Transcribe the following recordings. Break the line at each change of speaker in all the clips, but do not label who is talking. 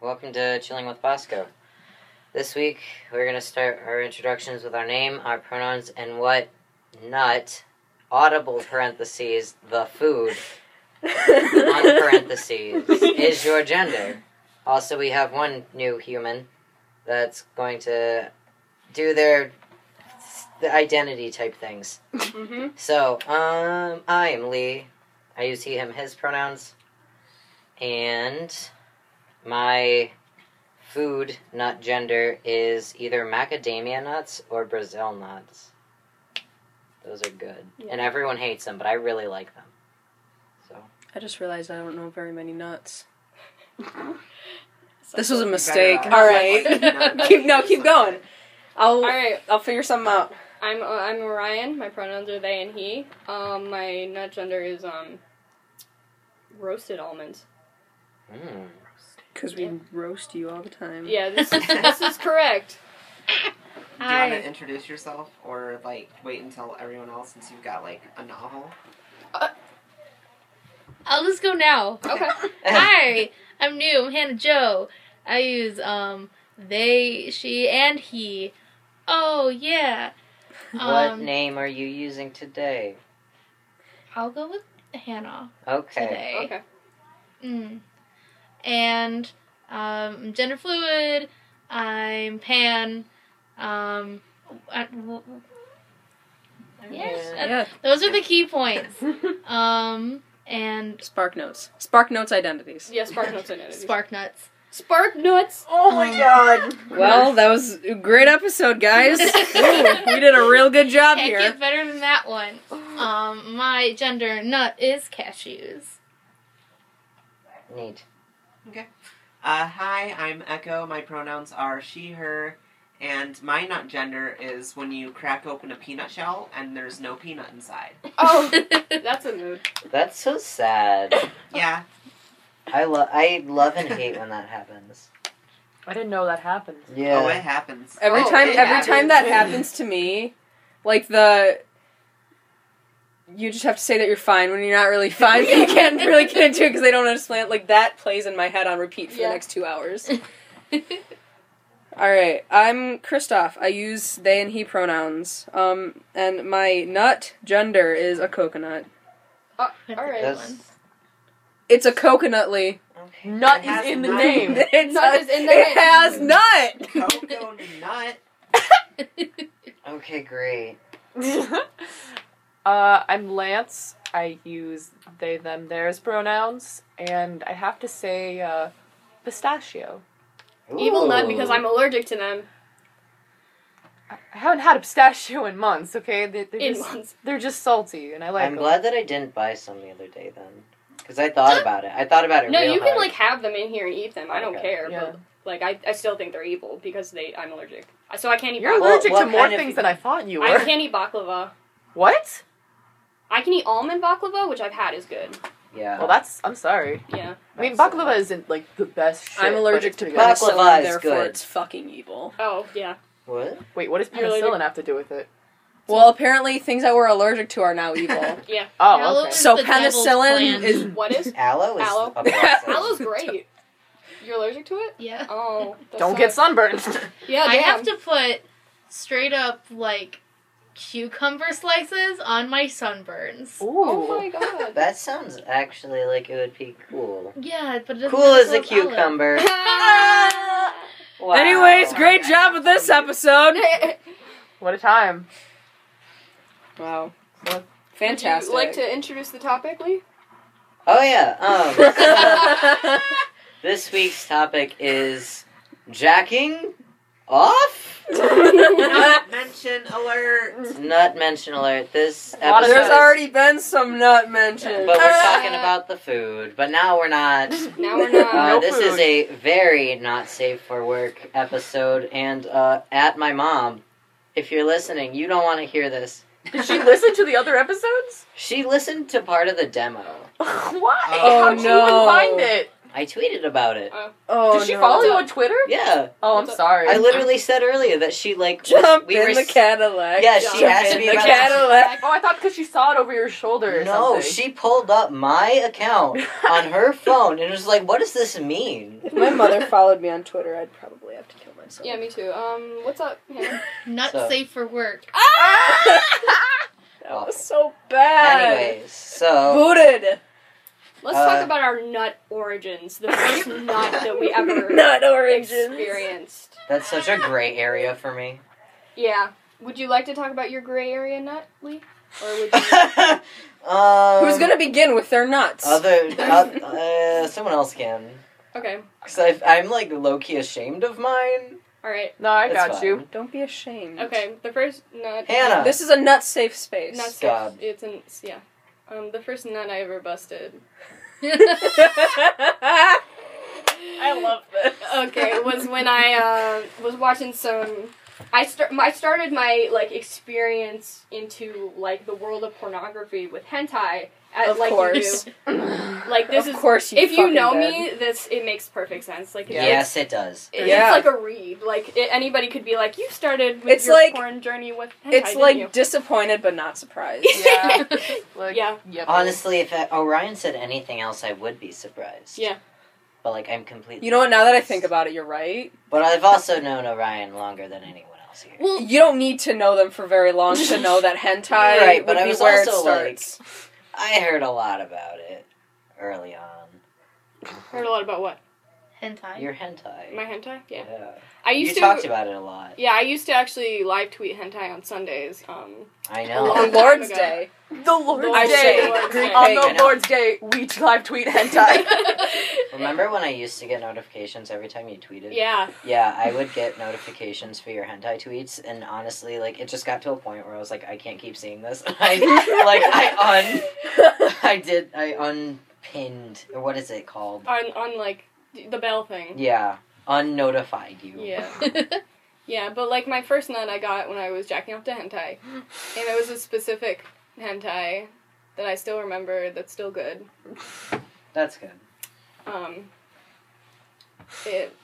welcome to Chilling with Bosco. This week, we're going to start our introductions with our name, our pronouns, and what nut, audible parentheses, the food, on parentheses, is your gender. Also, we have one new human that's going to do their the identity type things.
Mm-hmm.
So, um, I am Lee. I use he, him, his pronouns. And my food nut gender is either macadamia nuts or Brazil nuts. Those are good.
Yeah.
And everyone hates them, but I really like them. So,
I just realized I don't know very many nuts. This was a mistake. All right, keep no, keep going. I'll
All right.
I'll figure something out.
I'm uh, I'm Orion. My pronouns are they and he. Um, my nut gender is um roasted almonds.
mm.
Cause we roast you all the time.
Yeah, this is this is correct.
Do you want
Hi.
to introduce yourself or like wait until everyone else since you've got like a novel?
I'll just Oh, go now.
Okay.
Hi, I'm new. I'm Hannah Joe. I use um they, she, and he. Oh yeah.
what
Um,
name are you using today?
I'll go with Hannah
Okay.
today.
Okay.
Mm. And um, gender fluid. I'm pan. Um, I- w- w- yes. uh,
Yeah.
Those are the key points. Um, and
Spark notes. Spark notes identities.
Yeah, spark nuts and entities.
spark nuts.
spark nuts.
Oh my god!
Well, that was a great episode, guys. Ooh, we did a real good job
Can't
here.
get better than that one. Um, my gender nut is cashews.
Neat.
Uh, hi, I'm Echo. My pronouns are she, her, and my nut gender is when you crack open a peanut shell and there's no peanut inside.
Oh, that's a mood.
That's so sad.
Yeah,
I love I love and hate when that happens.
I didn't know that happened.
Yeah.
oh, it happens.
Every
Oh,
time,
it
every time that happens to me, like the. You just have to say that you're fine when you're not really fine. but you can't really get into it because they don't understand. Like that plays in my head on repeat for
Yeah.
the next two hours. All right, I'm Christoph. I use they and he pronouns. Um, and my nut gender is a coconut.
All right.
That's-
one.
It's a coconutly.
okay.
Nut
It has
is in the
nut.
name.
It's
Nut
a-
is in the Oh,
it
name.
has nut.
Coco nut.
Okay, great.
uh, I'm Lance. I use they, them, theirs pronouns, and I have to say uh, pistachio.
Evil nut
Ooh.
because I'm allergic to them.
I I haven't had a pistachio in months. Okay, they, they're
In
just
months.
they're just salty, and I like
I'm
'em.
glad that I didn't buy some the other day then, because I thought about it. I thought about it.
No,
real
you can
hard.
like have them in here and eat them. I don't
Okay.
care.
Yeah.
But like, I, I still think they're evil because they I'm allergic. So I can't eat.
You're
baklava.
Well,
allergic
what
to more
kind of-
things than I thought you were.
I can't eat baklava.
What?
I can eat almond baklava, which I've had is good.
Yeah.
Well, that's. I'm sorry.
Yeah.
I mean,
That's, uh,
baklava isn't like the best. Shit,
I'm
but
allergic
it's
to
pretty
Baklava
good.
penicillin,
is
therefore
good.
it's fucking evil.
Oh yeah.
What?
Wait, what does
You're allergic-
penicillin have to do with it?
Well, apparently things that we're allergic to are now evil.
Oh,
Aloe
okay.
is
So
the devil's
penicillin
plan.
is
What is?
Aloe is
Aloe.
a process.
Aloe's great. You're allergic to it?
Yeah.
Oh. that
Don't get
sucks.
sunburned.
Yeah.
I
damn.
have to put straight up like cucumber slices on my sunburns.
Ooh.
Oh my god.
That sounds actually like it would be cool.
Yeah, but it doesn't
Cool
taste
as a
so solid.
cucumber. Wow.
Anyways,
Oh
great job with this episode.
What a time.
Wow.
So-
Fantastic.
Would you like to introduce the topic, Lee?
Oh yeah. Um, this week's topic is jacking off.
Nut mention alert.
Not mention alert. This
A lot
episode
of
There's
is-
already been some nut mentioned.
But we're
Uh.
talking about the food, but now we're not.
Now we're not.
Uh,
No
this is
food.
a very not safe for work episode, and uh, at my mom, if you're listening, you don't want to hear this.
Did she listen to the other episodes?
She listened to part of the demo.
Why?
Oh,
How'd you even
no.
find it?
I I tweeted about it.
Oh,
Did she
no.
follow you on Twitter?
Yeah,
Oh, I'm Uh, sorry.
I literally said earlier that she like
Jump
we
in
were
the
s-
Cadillac.
Yeah,
she
Jump
asked
in
me
the
about-
Cadillac.
oh, I thought because she saw it over your shoulder. Or
No,
something.
she pulled up my account on her phone and was like, "What does this mean?"
If my mother followed me on Twitter, I'd probably have to kill myself.
Yeah, me too. Um, what's up? Hannah?
Not
So-
safe for work.
that was so bad.
Anyways, so
booted.
Let's
Uh,
talk about our nut origins. The first nut that we ever
Not oranges.
experienced.
that's such a gray area for me.
Yeah. Would you like to talk about your gray area nut, Lee? Or would you?
um,
Who's gonna begin with their nuts?
Other, oth- uh, someone else can.
Okay.
Cause I, I'm like low key ashamed of mine.
All right.
No, I
It's
got
fine.
you.
Don't be ashamed.
Okay. The first nut.
Hannah.
This is a nut safe space.
Nut.
God.
It's an yeah. Um, the first nut I ever busted.
I love this.
Okay, was when I uh, was watching some. I start. I started my like experience into like the world of pornography with hentai. At,
Of
like you
course.
do. Like this
of
is.
course you
If you
fucking
know
did.
me, this it makes perfect sense. Like it's-
Yes, it does.
It-
Yeah.
It's like a read. Like it, anybody could be like, "You started with
It's
your
like-
porn journey with hentai."
It's
didn't
like
you?"
disappointed but not surprised.
Yeah. Like,
Yeah.
Yep.
Honestly, if uh, Orion said anything else, I would be surprised.
Yeah.
But like, I'm completely.
You know what? Now that I think
surprised.
about it, you're right.
But I've also known Orion longer than anyone else here.
Well,
You don't need to know them for very long to know that hentai
Right, but
would
I
be
was
where
also,
it
like-
starts.
I heard a lot about it early on.
heard a lot about what
hentai.
Your hentai.
my hentai. Yeah,
yeah.
I
You
used to.
talked about it a lot.
yeah, I used to actually live tweet hentai on Sundays. Um,
I
Oh.
On
know.
Lord's
Okay.
Day.
The Lord's
Lord's
Day.
Day. Lord's Day.
On
I
the
know.
Lord's Day, we live tweet hentai.
Remember when I used to get notifications every time you tweeted?
yeah,
Yeah, I would get notifications for your hentai tweets, and honestly, like it just got to a point where I was like, I can't keep seeing this. I like I un, I did I unpinned or what is it called?
on on like the bell thing.
Yeah, unnotified you.
Yeah. Yeah, but like my first nut I got when I was jacking off to hentai, and it was a specific hentai that I still remember. That's still good.
that's good.
Um, it.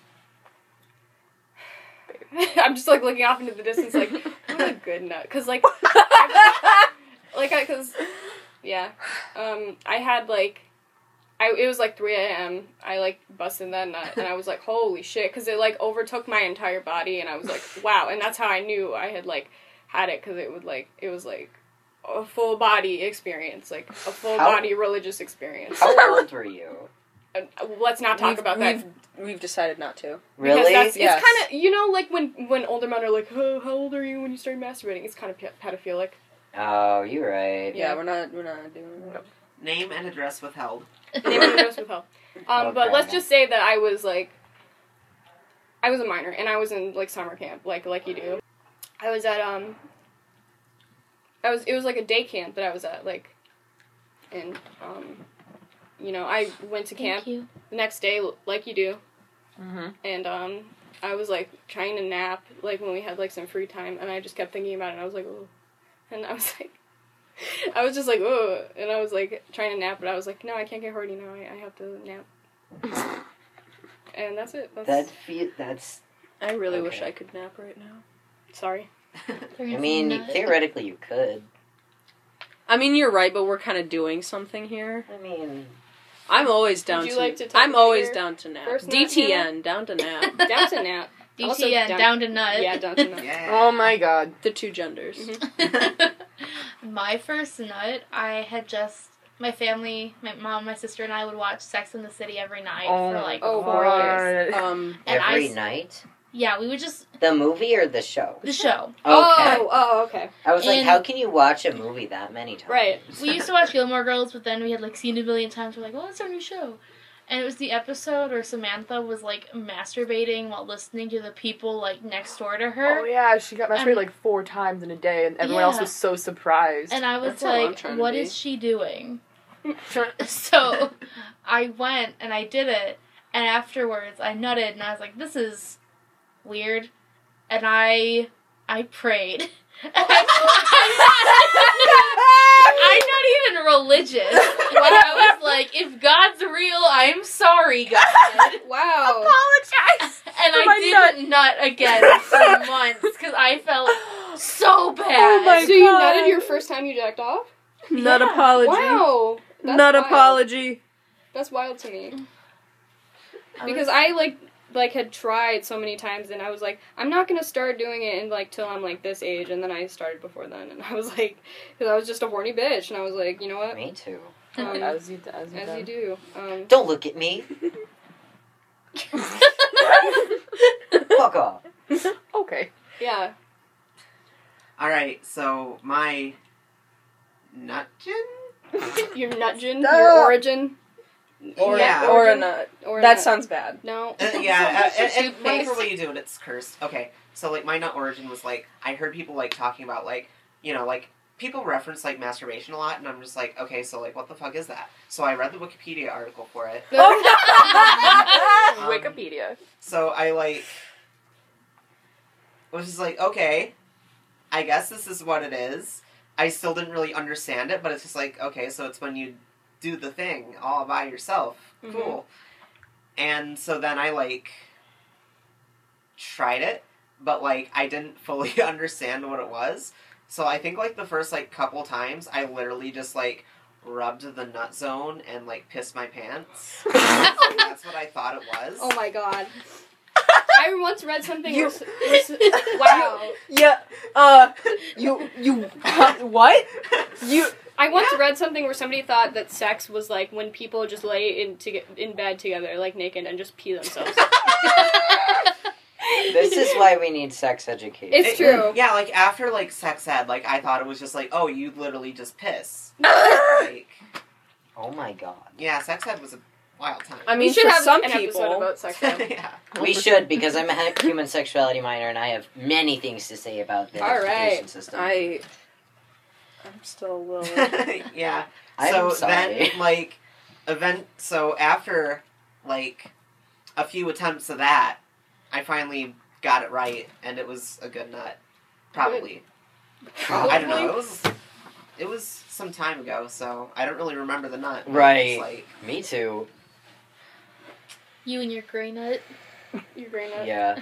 I'm just like looking off into the distance, like what a good nut, cause like, like I, cause, yeah, um, I had like, I it was like 3 a.m. I like busted that nut, and I was like, holy shit, cause it like overtook my entire body, and I was like, wow, and that's how I knew I had like had it, cause it would like it was like a full body experience, like a full body religious experience.
How old were you?
Uh, let's not talk
We've-
about that.
We've, we've decided not to.
Because
Really?
That's,
Yes.
It's kind of you know like when when older men are like, oh, how old are you when you started masturbating? It's kind of pe- pedophilic.
oh, you're right.
Yeah,
Yeah.
we're not. We're not doing. It.
Name and address withheld.
They were diagnosed with help. Um,
Oh,
but let's
crap.
just say that I was like, I was a minor and I was in like summer camp, like like you do. I was at um, I was it was like a day camp that I was at like, and um, you know I went to camp
Thank you.
the next day like you do.
mm-hmm.
and um I was like trying to nap like when we had like some free time and I just kept thinking about it and I was like oh and I was like I was just like oh and I was like trying to nap but I was like no I can't get horny now I, I have to nap and that's it that's
That fe- that's.
I really wish
Okay.
I could nap right now.
sorry
I mean, theoretically, you could.
I mean, you're right, but we're kind of doing something here.
I mean,
I'm always down
you
to.
like to talk
I'm
about
always
your
down to nap.
first nap,
DTN, down to nap.
down to nap Also
DTN,
down-
down, to nut.
yeah down to nap
Yeah.
Oh my god.
the two genders.
Mhm.
my first nut, I had just my family, my mom, my sister, and I would watch Sex in the City every night
Oh
for
my
like
Oh,
four years.
god.
Um,
And I
every
s-
night,
Yeah, we would just
the movie or the show.
the show.
Okay.
oh oh okay
I was like,
And-
how can you watch a movie that many times?
Right.
We
Um,
used to watch Gilmore Girls, but then we had like seen it a million times. We're like, well, what's our new show? And it was the episode where Samantha was like masturbating while listening to the people like next door to her.
Oh yeah, she got masturbated
And-
like four times in a day, and everyone
Um, Yeah.
else was so surprised.
And I was
That's how I'm
like,
trying to
what
be.
is she doing? so I went and I did it. And afterwards, I nutted and I was like, this is weird. And I I prayed. I'm not, I'm not even religious. But I was like, if God's real, I I'm sorry, God. Oh.
Wow.
Apologize.
and
For
I
my
didn't nut again for months because I felt so bad.
Oh my
So you
God.
nutted your first time you jacked off?
Not
Yeah.
apology.
Wow. That's
Not
wild.
apology.
That's wild to me.
I
Because I like like had tried so many times and I was like, I'm not gonna start doing it in like till I'm like this age and then I started before then and I was like, because I was just a horny bitch and I was like, you know what?
Me too.
Um,
As you, as you,
as you
done.
do. Um,
Don't look at me. Fuck off.
Okay.
yeah.
All right, so my nutgin.
Your nutgin, your
Stop.
origin,
Or,
Yeah.
or a nut.
or
That
nut-
sounds bad.
no.
Uh, yeah, uh, and,
Shoot
and whatever
face.
way you do it, it's cursed. Okay, so like my nut origin was like I heard people like talking about like you know like people reference like masturbation a lot, and I'm just like okay, so like what the fuck is that? So I read the Wikipedia article for it.
Oh,
Um,
Wikipedia.
So I like was just like okay, I guess this is what it is. I still didn't really understand it, but it's just like okay, so it's when you do the thing all by yourself.
Mhm.
Cool. And so then I like tried it, but like I didn't fully understand what it was. So I think like the first like couple times I literally just like rubbed the nut zone and like pissed my pants. So that's what I thought it was.
Oh my god. I once read something.
You-
where s- where s- wow.
Yeah. Uh. You. You. huh, What? You.
I once read something where somebody thought that sex was like when people just lay in to in bed together, like naked, and just pee themselves.
This is why we need sex education.
It's
It-
true.
Yeah, like after like sex ed, like I thought it was just like, oh, you literally just piss. like,
oh my god.
yeah, sex ed was a wild time.
I
we
mean,
should
for
have
some
an episode
people.
about sex. ed.
yeah.
We should because I'm a he- human sexuality minor and I have many things to say about the
All right.
education system.
I. I'm still a little.
yeah.
I'm
so
sorry.
then like event so after like a few attempts of that, I finally got it right and it was a good nut. Probably. Uh, I don't know. It was it was some time ago, so I don't really remember the nut. It's
right.
like
Me too.
you and your gray nut.
Your brain up.
Yeah.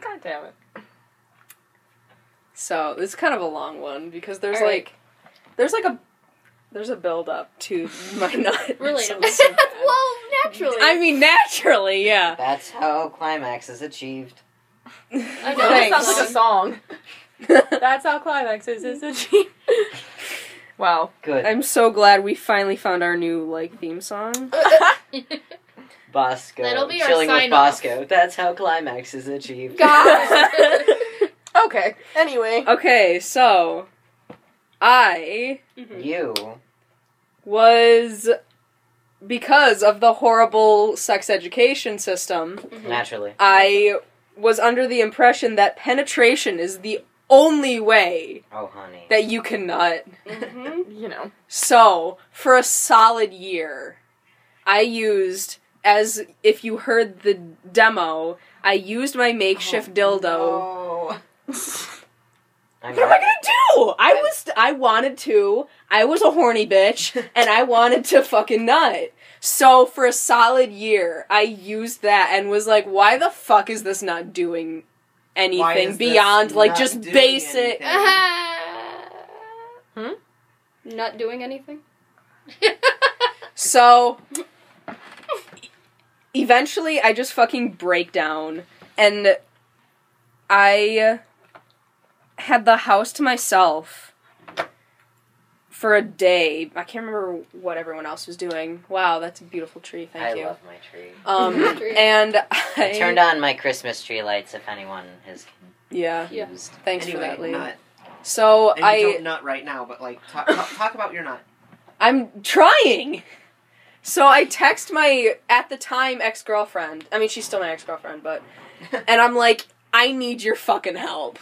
God damn it.
So this is kind of a long one because there's
All right.
like, there's like a, there's a build up to my nut. It
Relatable.
sounds so bad.
Well, naturally.
I mean, naturally, yeah.
That's how climax is achieved.
I know,
That
it
sounds
Thanks.
like a song. That's how climax is. Is achieved. wow.
Good.
I'm so glad we finally found our new like theme song.
Bosco.
That'll be our
Chilling with
sign-off.
Bosco. That's how climax is achieved.
okay. Anyway.
Okay, so I
Mhm.
You.
was because of the horrible sex education system.
Naturally.
I was under the impression that penetration is the only way
Oh, honey.
that you can nut.
Mhm.
You know.
So, for a solid year, I used as if you heard the demo, I used my makeshift dildo.
Oh.
I'm
What am I gonna do? I was I wanted to. I was a horny bitch, and I wanted to fucking nut. So for a solid year, I used that and was like, "Why the fuck is this not doing
Why
anything
is this
beyond like
not
just
doing
basic?"
anything?
Not doing anything.
So eventually I just fucking break down and I had the house to myself for a day. I can't remember what everyone else was doing. Wow, that's a beautiful tree. Thank
I
you.
love my tree.
um and I,
I turned on my Christmas tree lights if anyone is
Yeah,
Yeah.
confused.
thanks
anyway,
for that, Lee.
nut.
So
And
I
you don't nut right now, but like talk, talk, talk about your nut.
I'm trying. So I text my at the time ex girlfriend. I mean, she's still my ex girlfriend, but and I'm like, I need your fucking help.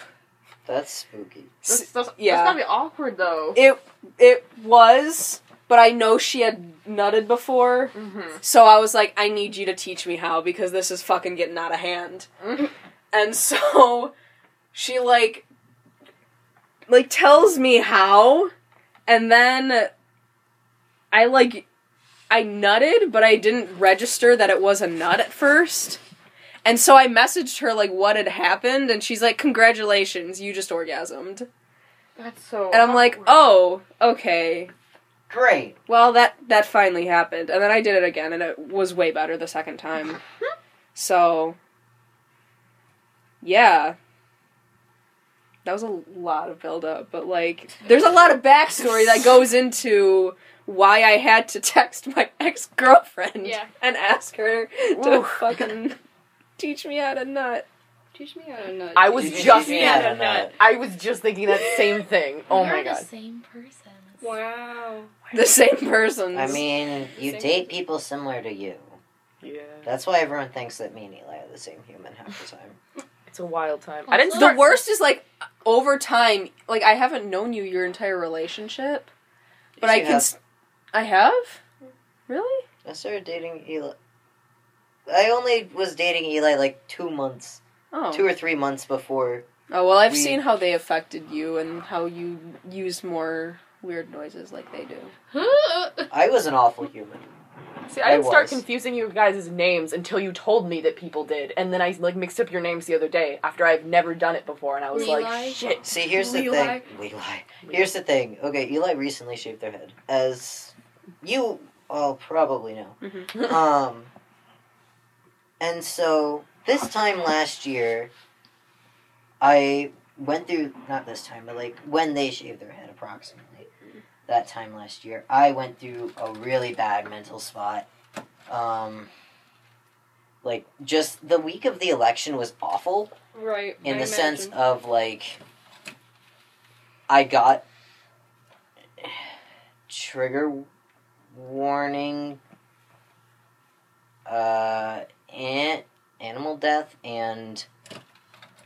That's spooky.
That's, that's,
yeah.
that's gotta be awkward though.
It it was, but I know she had nutted before,
Mm-hmm.
so I was like, I need you to teach me how because this is fucking getting out of hand. And so she like like tells me how and then I like I nutted, but I didn't register that it was a nut at first. And so I messaged her like what had happened, and she's like, "Congratulations, you just orgasmed."
That's so.
And I'm like, "Oh, okay.
Great.
Well, that that finally happened." And then I did it again, and it was way better the second time. so, yeah. That was a lot of build up, but like, there's a lot of backstory that goes into why I had to text my ex girlfriend
Yeah.
and ask her to
Ooh.
fucking teach me how to nut.
Teach me how to nut.
I was
You can
just
teach me
Yeah,
how
I
to
don't
nut.
I was just thinking that same thing. Oh
we
my
are the
god.
same persons.
Wow.
The same person.
I mean, you
Same.
date people similar to you.
Yeah.
That's why everyone thinks that me and Eli are the same human half the time.
It's a wild time. I didn't
Also-
the
start.
worst is like over time. Like I haven't known you your entire relationship, but I
She
can.
has.
s I I have. Really?
I started dating Eli. I only was dating Eli like two months,
Oh.
two or three months before.
oh well, I've
we-
seen how they affected you and how you used more weird noises like they do.
I was an awful human.
See, I didn't start
was.
confusing you guys' names until you told me that people did, and then I like mixed up your names the other day after I've never done it before, and I was
Leli?
like, shit.
See, here's the
Leli.
thing. Leli. Here's the thing. Okay, Eli recently shaved their head, as you all probably know.
Mm-hmm.
Um, and so this time last year, I went through not this time, but like when they shaved their head, approximately that time last year, I went through a really bad mental spot. Um, like just the week of the election was awful
Right.
in
I
the sense
imagine.
of like I got trigger warning uh an- animal death and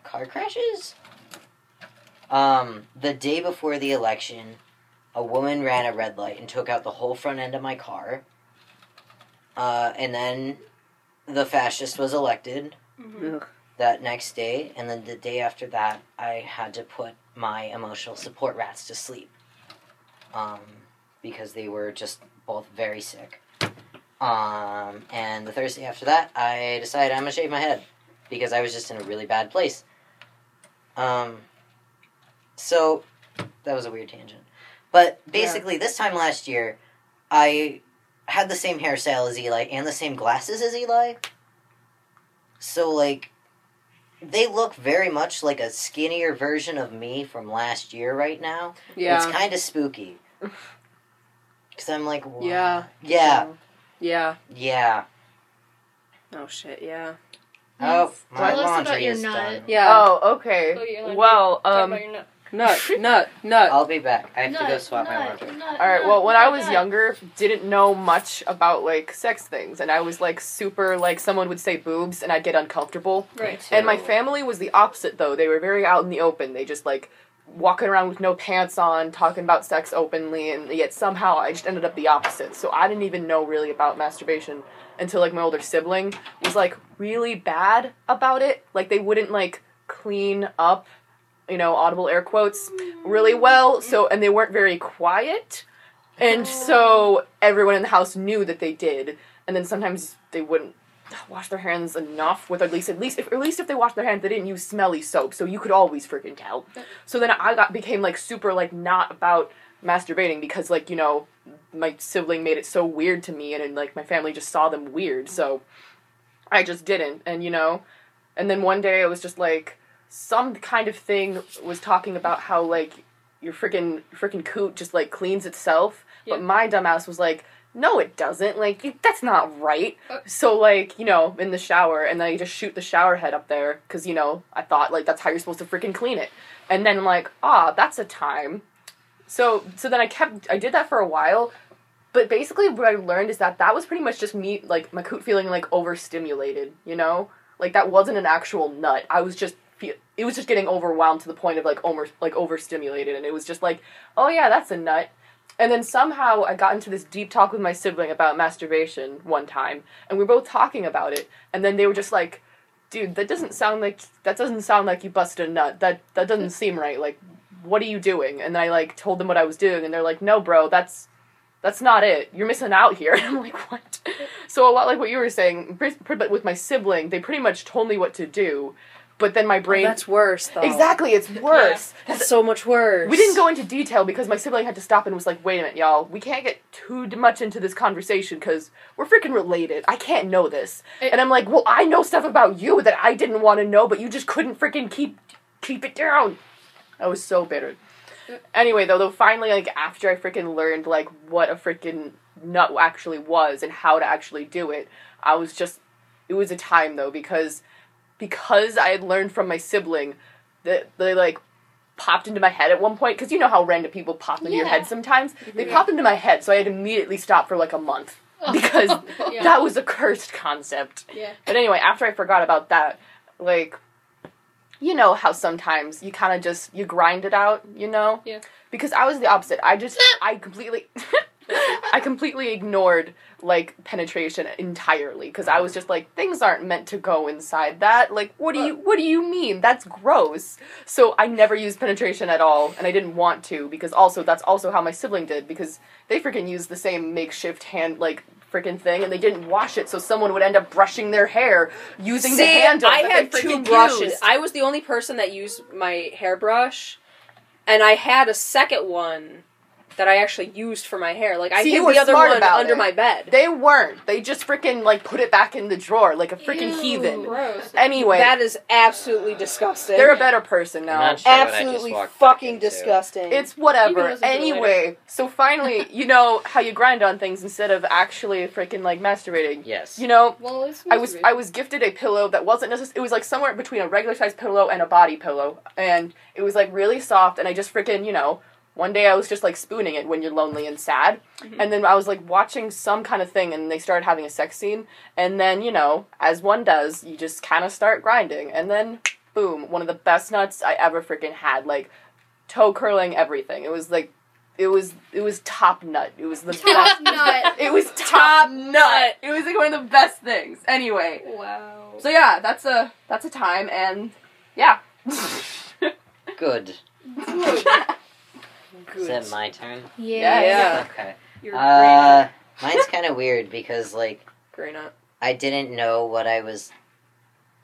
car crashes um the day before the election a woman ran a red light and took out the whole front end of my car uh and then the fascist was elected
Mm-hmm.
Mhm.
that next day, and then the day after that, I had to put my emotional support rats to sleep, um, because they were just both very sick. Um, and the Thursday after that, I decided I'm gonna shave my head because I was just in a really bad place. Um, so that was a weird tangent, but basically, this time last year, I had the same hairstyle as Eli and the same glasses as Eli. So like they look very much like a skinnier version of me from last year right now. It's
Yeah.
kind of spooky. Cuz I'm like, "Wha-
Yeah.
Yeah.
Yeah.
Yeah.
Oh shit. Yeah.
Oh,
Yes.
my
Tell us
laundry
about your
is
nut.
done.
Yeah.
Oh,
Oh,
okay.
you're like-
well,
Talk
um,
about your nut.
Nut. Nut. Nut. Oh,
I'll be back. I have
Nut,
to go swap my
nut,
laundry.
nut,
All right.
nut,
Well, when I
nut,
was
nut.
younger, didn't know much about like sex things, and I was like super like someone would say boobs, and I'd get uncomfortable.
Right.
And my
Ew.
family was the opposite though. They were very out in the open. They just like walking around with no pants on, talking about sex openly, and yet somehow I just ended up the opposite. So I didn't even know really about masturbation until like my older sibling was like really bad about it. Like they wouldn't like clean up, you know, audible air quotes really well. So and they weren't very quiet. And so everyone in the house knew that they did. And then sometimes they wouldn't wash their hands enough with at least at least if at least if they washed their hands they didn't use smelly soap so you could always freaking tell so then i got became like super like not about masturbating because like you know my sibling made it so weird to me and, and like my family just saw them weird so i just didn't and you know and then one day it was just like some kind of thing was talking about how like your freaking freaking coot just like cleans itself
Yeah.
but my dumbass was like no it doesn't like you- that's not right
Uh.
so like you know in the shower and then i just shoot the shower head up there because you know i thought like that's how you're supposed to freaking clean it and then like ah that's a time so so then i kept i did that for a while but basically what i learned is that that was pretty much just me like my coot feeling like overstimulated you know like that wasn't an actual nut i was just fe- it was just getting overwhelmed to the point of like over like overstimulated and it was just like oh yeah that's a nut and then somehow I got into this deep talk with my sibling about masturbation one time, and we were both talking about it. And then they were just like, "Dude, that doesn't sound like that doesn't sound like you busted a nut. That that doesn't seem right. Like, what are you doing?" And I like told them what I was doing, and they're like, "No, bro, that's that's not it. You're missing out here. And I'm like, what? So a lot like what you were saying, pre- pre- but with my sibling, they pretty much told me what to do, but then my brain.
Oh, That's worse, though.
exactly, it's worse.
That's so much worse.
We didn't go into detail because my sibling had to stop and was like, wait a minute, y'all, we can't get too d- much into this conversation because we're freaking related. I can't know this.
It-
and I'm like, well, I know stuff about you that I didn't want to know, but you just couldn't freaking keep keep it down. I was so bitter. Anyway, though, though finally, like after I freaking learned like what a freaking nut actually was and how to actually do it, I was just it was a time though because because I had learned from my sibling that they like popped into my head at one point because you know how random people pop into your
Yeah.
head sometimes they popped into my head so I had immediately stopped for like a month because
Yeah.
that was a cursed concept
Yeah.
but anyway, after I forgot about that, like, you know how sometimes you kind of just you grind it out, you know?
Yeah.
Because I was the opposite. I just I completely I completely ignored like penetration entirely because I was just like things aren't meant to go inside that. Like, what do you what do you mean? That's gross. So I never used penetration at all, and I didn't want to because also that's also how my sibling did because they freaking used the same makeshift hand like freaking thing and they didn't wash it so someone would end up brushing their hair using the
See,
handle
I
that
had
they
two
freaking
brushes.
used.
I was the only person that used my hairbrush, and I had a second one that I actually used for my hair. Like I
See, you
hid
were
the other
smart
one
about
under
it.
my bed.
they weren't they just freaking like put it back in the drawer like a freaking
Ew.
heathen
Gross.
anyway
that is absolutely disgusting.
they're a better person now
Not sure what I just
Absolutely
walked back
fucking
into.
disgusting.
It's whatever.
listen to it later.
Anyway, so finally, you know how you grind on things instead of actually freaking like masturbating.
Yes.
You know,
Well, it's
I was I was gifted a pillow that wasn't necessarily. It was like somewhere between a regular sized pillow and a body pillow, and it was like really soft. And I just freaking you know. One day I was just like spooning it when you're lonely and sad, and then I was like watching some kind of thing, and they started having a sex scene, and then you know, as one does, you just kind of start grinding, and then boom, one of the best nuts I ever freaking had, like toe curling everything. It was like, it was it was top nut. It was the best.
Not.
It was top nut. It was like one of the best things. Anyway,
Wow.
so yeah, that's a that's a time and yeah.
Good. Is
Good.
it my turn?
Yeah.
Yeah.
Okay.
You're
Uh, mine's kind of weird because like
Grey nut.
I didn't know what I was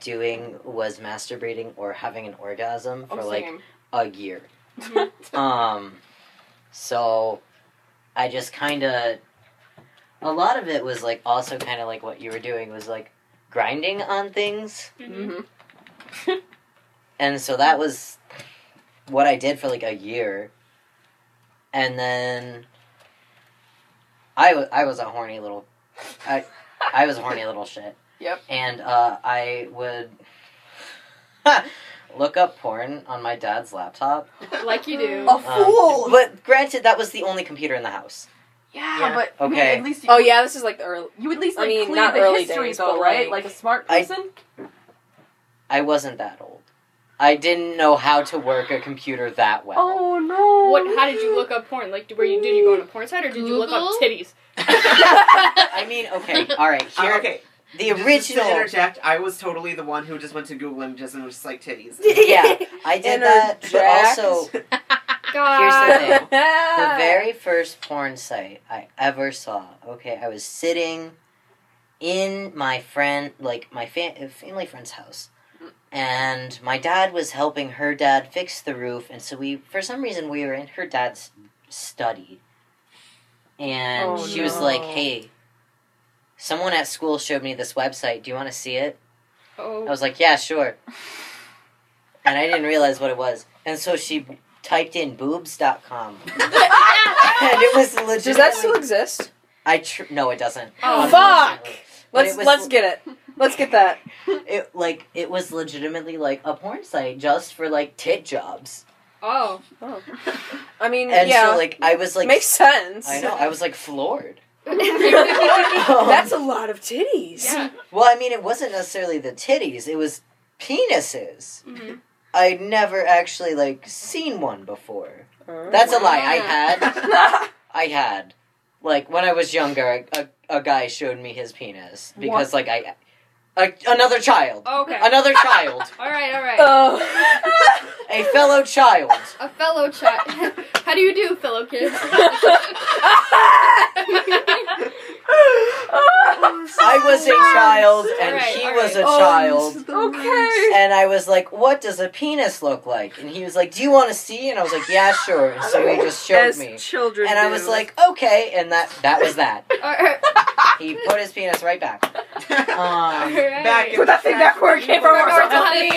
doing was masturbating or having an orgasm for like a year. um, so I just kind of. A lot of it was like also kind of like what you were doing was like grinding on things.
Mhm.
And so that was what I did for like a year. And then I wa- I was a horny little I I was a horny little shit.
Yep.
And uh, I would look up porn on my dad's laptop.
Like you do.
A
Um,
fool.
but granted, that was the only computer in the house.
yeah,
Yeah.
but I mean,
Okay.
at least you,
Oh yeah, this is like the early.
you at least
I
like,
mean,
clean
not
the
early
history
days,
though,
but,
right?
like-
Like a smart
I-
person.
I wasn't that old. I didn't know how to work a computer that well.
oh no.
What? How did you look up porn? Like, where you did you go on a porn site, or did you look up
Google?
titties?
I mean, okay, all right. Here,
Uh, okay,
the
just- just to
original.
interject, I was totally the one who just went to Google images and was just like titties.
Yeah, I did that, but
Interject.
also
God.
Here's the thing. The very first porn site I ever saw. Okay, I was sitting in my friend, like my fa- uh, family friend's house, and my dad was helping her dad fix the roof, and so we, for some reason, we were in her dad's study, and
Oh,
she was like,
no.
"Hey." Someone at school showed me this website. Do you want to see it? I
Oh.
was like, yeah, sure. And I didn't realize what it was. And so she typed in boobs.com. and it was legit.
Does that still exist?
I tr- no, it doesn't.
Oh,
fuck!
Unfortunately. But
Let's
it was-
let's get it. Let's get that.
It like it was legitimately like a porn site just for like tit jobs.
Oh.
I mean,
And
Mm, yeah,
so like I was like
makes sense.
I know I was like floored.
That's a lot of titties.
Yeah.
Well, I mean, it wasn't necessarily the titties; it was penises.
Mm-hmm.
Mhm.
I'd never actually like seen one before. That's a lie. I had. I had. Like when I was younger, a, a, a guy showed me his penis because like I A, another child.
Okay.
Another child.
all right, all right.
Oh.
A fellow child.
a
Oh,
fellow child. How do you do, fellow kids?
I was a child and
Alright,
he
alright.
was a
Oh,
child.
this is the worst.
And I was like, what does a penis look like? And he was like, do you want to see? And I was like, yeah, sure. And so he just showed
As
me.
children.
And I
do.
was like, okay. And that that was that.
all right.
He put his penis right back.
All
Um,
right.
Back
put that thing back where it came from.
Remember
or
to
something.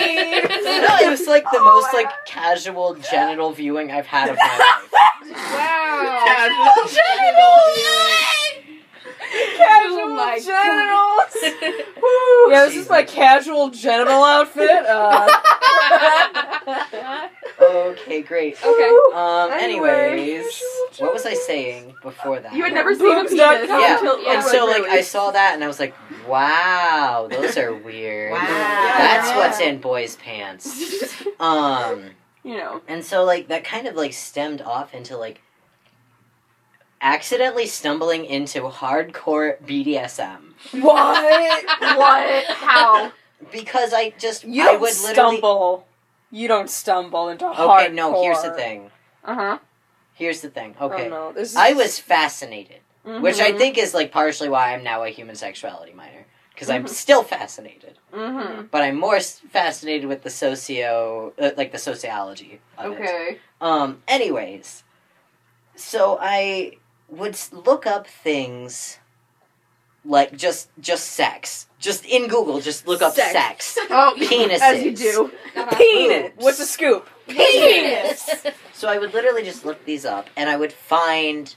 no, it was like the most like casual genital viewing I've had of my life.
Wow.
Casual
Casual
Oh my
genitals.
Yeah, this is my casual genital outfit. Uh,
Okay, great.
Okay.
Um,
Anyway,
anyways, what was I saying before that?
you had never seen a
Boobs
penis.
dot com
Yeah.
until-
Yeah.
And so, like,
really.
I saw that and I was like, wow, those are weird.
Wow.
That's
Yeah.
what's in boys' pants. Um,
you know.
and so, like, that kind of, like, stemmed off into, like, accidentally stumbling into hardcore BDSM.
what?
What? How?
Because I just,
You
I
don't
would literally.
stumble. You don't stumble into hardcore. Uh-huh.
Okay, no, here's the thing.
Uh huh.
Here's the thing. Okay.
Oh, no. Mm-hmm. This is
I was fascinated.
Mhm.
which I think is like partially why I'm now a human sexuality minor because
Mm-hmm.
I'm still fascinated,
Mm-hmm.
but I'm more s- fascinated with the socio uh, like the sociology of it.
Okay.
Um anyways, so I would s- look up things like just just sex. Just in Google, just look up
Sex.
sex.
Oh,
Penises.
As you do.
Uh-huh.
penis.
Boobs.
What's a scoop?
So I would literally just look these up and I would find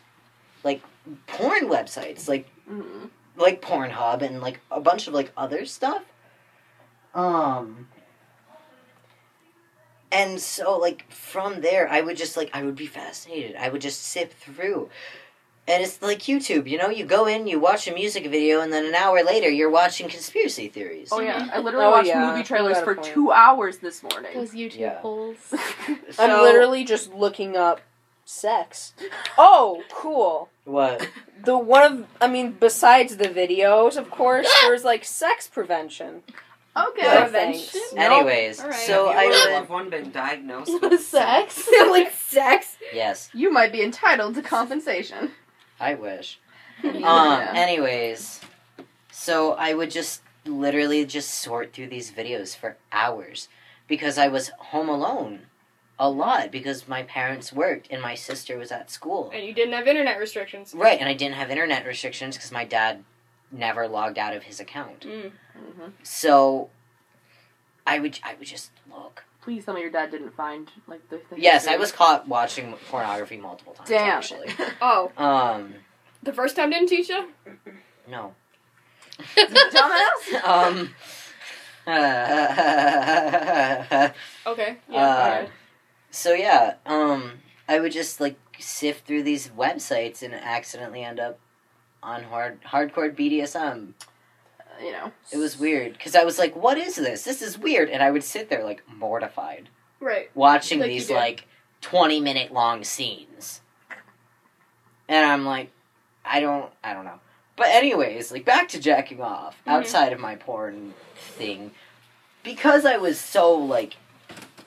like porn websites, like
Mm-hmm.
like Pornhub and like a bunch of like other stuff. Um and so like from there I would just like I would be fascinated. I would just sip through. And it's like YouTube, you know, you go in, you watch a music video and then an hour later you're watching conspiracy theories.
Oh yeah, I literally
Oh,
watched
yeah.
movie
You
trailers
got a
for
point.
two hours this morning.
Those YouTube
Yeah.
holes.
I'm
So-
literally just looking up sex. Oh, cool.
What?
The one of, I mean, besides the videos, of course, there's like sex prevention.
Okay.
Yeah,
Anyways,
Alright.
so
Have you or a
I
loved
would
one been diagnosed
With
with
sex.
like sex.
Yes,
You might be entitled to compensation.
I wish. Um,
Yeah.
anyways, so I would just literally just sort through these videos for hours because I was home alone a lot because my parents worked and my sister was at school.
And you didn't have internet restrictions.
Right, and I didn't have internet restrictions because my dad never logged out of his account.
Mm.
So I would I would just look.
Please tell me your dad didn't find like the. the
Yes, I
history.
was caught watching pornography multiple times
Damn.
actually.
Oh,
Um
the first time didn't teach you?
no.
Dumbass.
Um
Okay.
Uh,
alright.
So yeah, um, I would just like sift through these websites and accidentally end up on hard hardcore BDSM.
you know.
It was weird because I was like, "What is this? This is weird," and I would sit there like mortified
Right.
watching
Like you
these
did.
like twenty minute long scenes, and I'm like, I don't, I don't know. But anyways, like back to jacking off
Mhm.
outside of my porn thing, because I was so like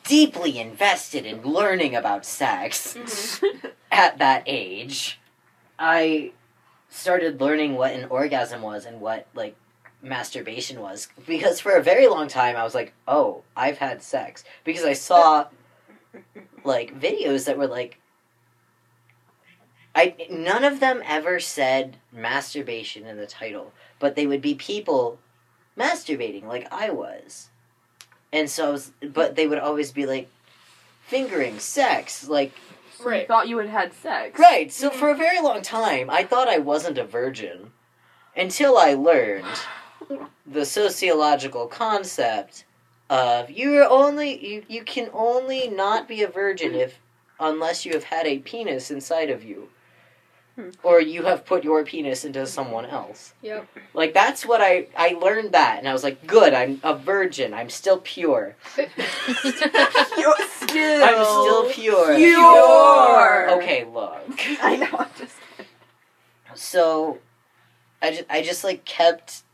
deeply invested in learning about sex
mm-hmm.
Mhm.
at that age, I started learning what an orgasm was and what like masturbation was because for a very long time I was like, "Oh, I've had sex." Because I saw like videos that were like I none of them ever said masturbation in the title, but they would be people masturbating like I was. And so I was but they would always be like fingering sex like
Right.
Thought you had had sex.
Right. So for a very long time, I thought I wasn't a virgin until I learned the sociological concept of you're only you, you can only not be a virgin if unless you have had a penis inside of you
Hmm.
or you have put your penis into someone else.
Yep.
Like that's what I I learned that and I was like, "Good, I'm a virgin. I'm still pure.
You're still.
I'm still pure."
Pure.
Okay, look.
I know. I'm just.
so I just, I just like kept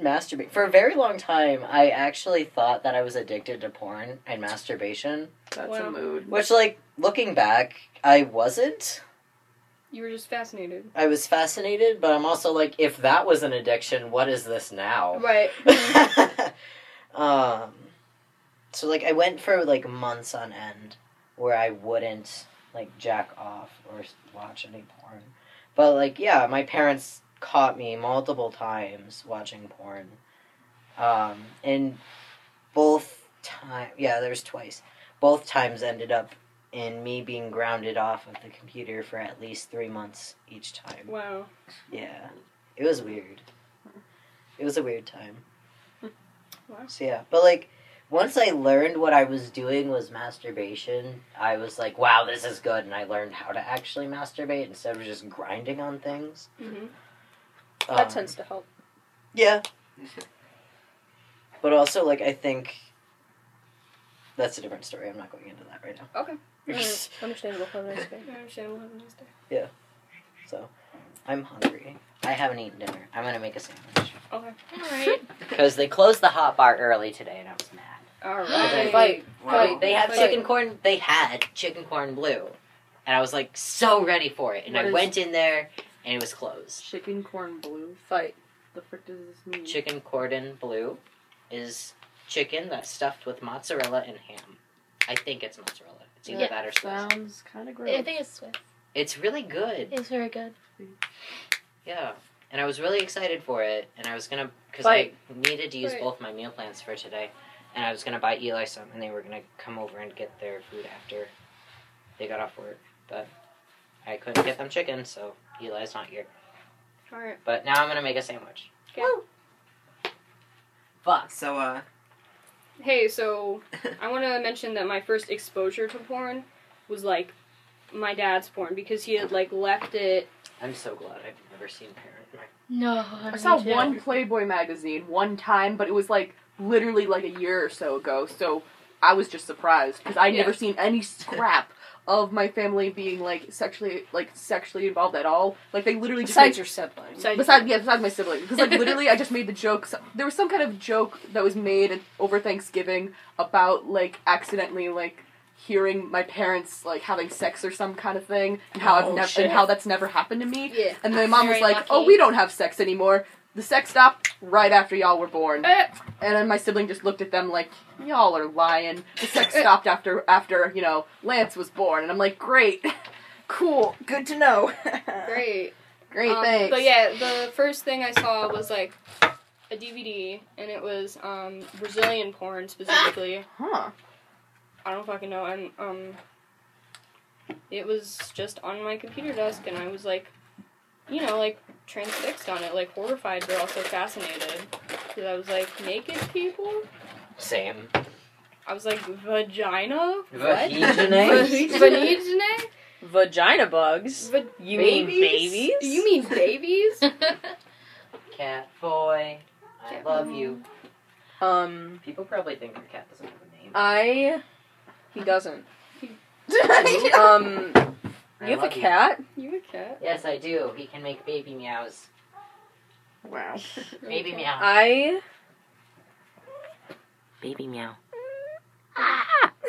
masturbate for a very long time. I actually thought that I was addicted to porn and masturbation,
That's
Wow.
a mood.
which, like, looking back, I wasn't.
You were just fascinated.
I was fascinated, but I'm also like, if that was an addiction, what is this now?
Right.
um, so like I went for like months on end where I wouldn't like jack off or s- watch any porn. But like yeah, my parents caught me multiple times watching porn. Um, and both time yeah, there's twice. Both times ended up in me being grounded off of the computer for at least 3 months each time.
Wow.
Yeah. It was weird. It was a weird time.
Wow.
So yeah. But like once I learned what I was doing was masturbation, I was like, wow, this is good and I learned how to actually masturbate instead of just grinding on things.
Mm-hmm.
that
Um,
tends to help.
Yeah. But also like I think that's a different story. I'm not going into that right now.
Okay.
Mm, understandable. Have a nice day.
I understand. We'll have a nice day.
I'm hungry. I haven't eaten dinner. I'm gonna make a sandwich.
Alright.
Because they closed the hot bar early today and I was mad.
All
Okay,
right.
bye.
Wow.
They had
Like-
chicken corn. They had chicken corn blue, and I was like so ready for it. And
What
I
is-
went in there, and it was closed.
Chicken corn blue fight. The frick does this mean?
Chicken cordon bleu is chicken that's stuffed with mozzarella and ham. I think it's mozzarella. It's either
Yeah.
that or Swiss.
Sounds kind of gross.
I think it's Swiss.
It's really good.
It's very good.
Yeah. And I was really excited for it, and I was gonna because I
Bite.
needed to use
Bite.
both my meal plans for today, and I was gonna buy Eli some, and they were gonna come over and get their food after they got off work, but I couldn't get them chicken, so Eli's not here.
All right.
But now I'm gonna make a sandwich.
Okay.
Fuck.
So, uh,
Hey, so I want to mention that my first exposure to porn was like my dad's porn because he had like left it.
I'm so glad I've never seen Parent.
No.
I saw one Playboy magazine one time, but it was like literally like a year or so ago. So I was just surprised because I'd never
Yeah.
seen any scrap of my family being like sexually like sexually involved at all. Like they literally just made-
Besides your siblings.
Besides,
Besides, yeah, besides my sibling, because like literally, I just made the jokes. There was some kind of joke that was made over Thanksgiving about like accidentally like hearing my parents like having sex or some kind of thing, and how
Oh,
I've never
shit.
and how that's never happened to me.
yeah.
And my mom was
Very
like,
lucky.
"Oh, we don't have sex anymore. The sex stopped right after y'all were born."
Eh.
And then my sibling just looked at them like, "Y'all are lying. The sex stopped after after you know Lance was born." And I'm like, "Great, cool, good to know.
Great.
Great,
Um,
thanks."
But yeah, the first thing I saw was like a DVD, and it was um, Brazilian porn specifically.
Huh.
I don't fucking know. And um, it was just on my computer desk, and I was like, you know, like transfixed on it, like horrified, but also fascinated, because I was like, naked people.
Same.
I was like, vagina.
Vaginate?
Vagina?
Vagina bugs.
Va-
You mean
Babies?
babies?
you mean babies?
Oh,
Cat boy. I
Cat
love
boy.
you.
Um,
People probably think your cat doesn't have a
Uh,
name.
I. He doesn't.
um,
Um,
I
you have a
love you.
cat?
you a cat?
Yes, I do. He can make baby meows.
wow.
Baby meow.
I.
Baby meow.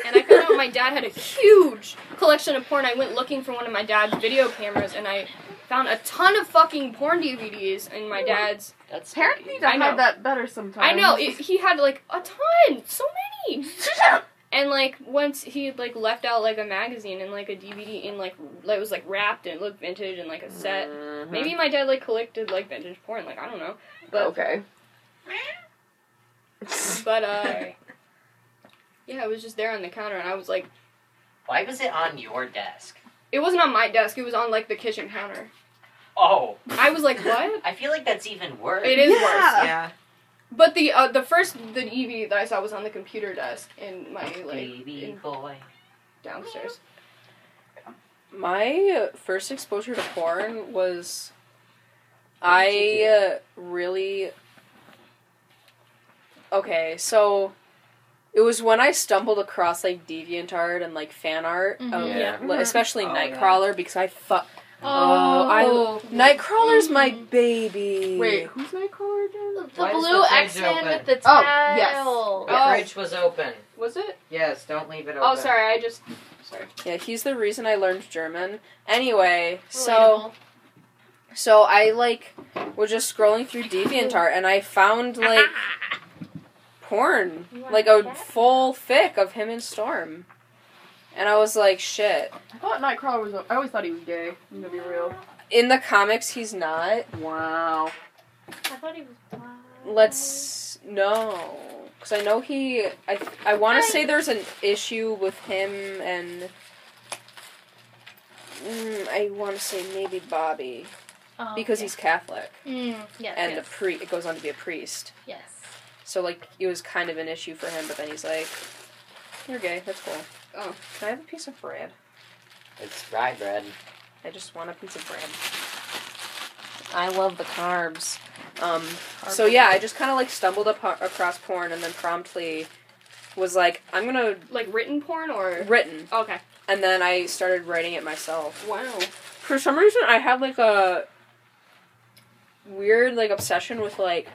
And I found out my dad had a huge collection of porn. I went looking for one of my dad's video cameras, and I found a ton of fucking porn DVDs in my dad's.
That's
Apparently,
creepy.
I
I know.
had that better sometimes.
I know it, he had like a ton, so many. And like once he had like left out like a magazine and like a DVD in like that was like wrapped and it looked vintage and like a set.
Mhm.
Maybe my dad like collected like vintage porn, like I don't know. But
okay.
But uh yeah, it was just there on the counter and I was like
Why was it on your desk?
it wasn't on my desk, it was on like the kitchen counter.
Oh,
I was like, "What?"
I feel like that's even worse.
It is
Yeah.
worse.
yeah.
But the uh, the first the EV that I saw was on the computer desk in my like
Baby
in
boy.
downstairs.
My first exposure to porn was. I uh, really. Okay, so. It was when I stumbled across like DeviantArt and like fan art,
Mhm.
of,
Yeah.
li- especially
Oh, yeah.
Nightcrawler, because I fu- Oh,
Oh,
Nightcrawler's my baby.
Wait, who's Nightcrawler again?
the
Why is
blue
the fridge
X Men
open?
with the
Oh,
tail.
yes.
The
Oh.
fridge was open.
Was it?
Yes, don't leave it open.
Oh, sorry. I just. Sorry.
Yeah, he's the reason I learned German. Anyway, so
Relatable.
so I like was just scrolling through DeviantArt and I found like porn,
You wanna
like oh,
do
a
that?
full fic of him and Storm, and I was like, shit.
I thought Nightcrawler was. I always thought he was gay. I'm gonna be real.
In the comics, he's not.
Wow.
I thought he was blind.
Let's no, because I know he. I I want
Hi.
to say there's an issue with him and. Mm, I want to say maybe Bobby
Oh,
because
yeah.
he's Catholic
Mm, yes.
and
yes.
a pre. It goes on to be a priest,
yes.
so like it was kind of an issue for him. But then he's like, "You're gay. That's cool."
Oh.
can I have a piece of bread?
It's rye bread.
I just want a piece of bread. I love the carbs. Um, so yeah, I just kind of like stumbled upon, across porn and then promptly was like, I'm gonna
Like written porn or.
written,
Okay.
and then I started writing it myself.
Wow.
For some reason, I had like a weird like obsession with like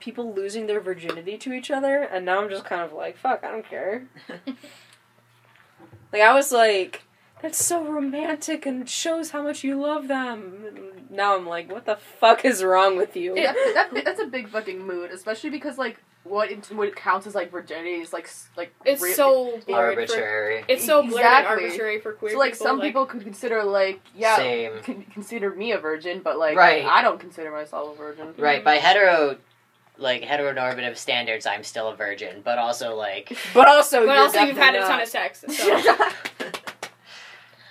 people losing their virginity to each other, and now I'm just kind of like, fuck, I don't care. Like I was like, that's so romantic and shows how much you love them. And now I'm like, what the fuck is wrong with you?
Yeah, that, that- that's a big fucking mood, especially because like what it, what counts as like virginity is like s- like
It's
re-
so blurred. For,
Arbitrary.
it's so blurred and
Exactly.
arbitrary for queer
so like
people.
some people could consider like yeah
Same.
Con- consider me a virgin, but like
Right.
I don't consider myself a virgin.
Right, by hetero, like heteronormative standards, I'm still a virgin, but also like,
But also,
But
you're
also, you've had
definitely
a ton
not.
of sex. So.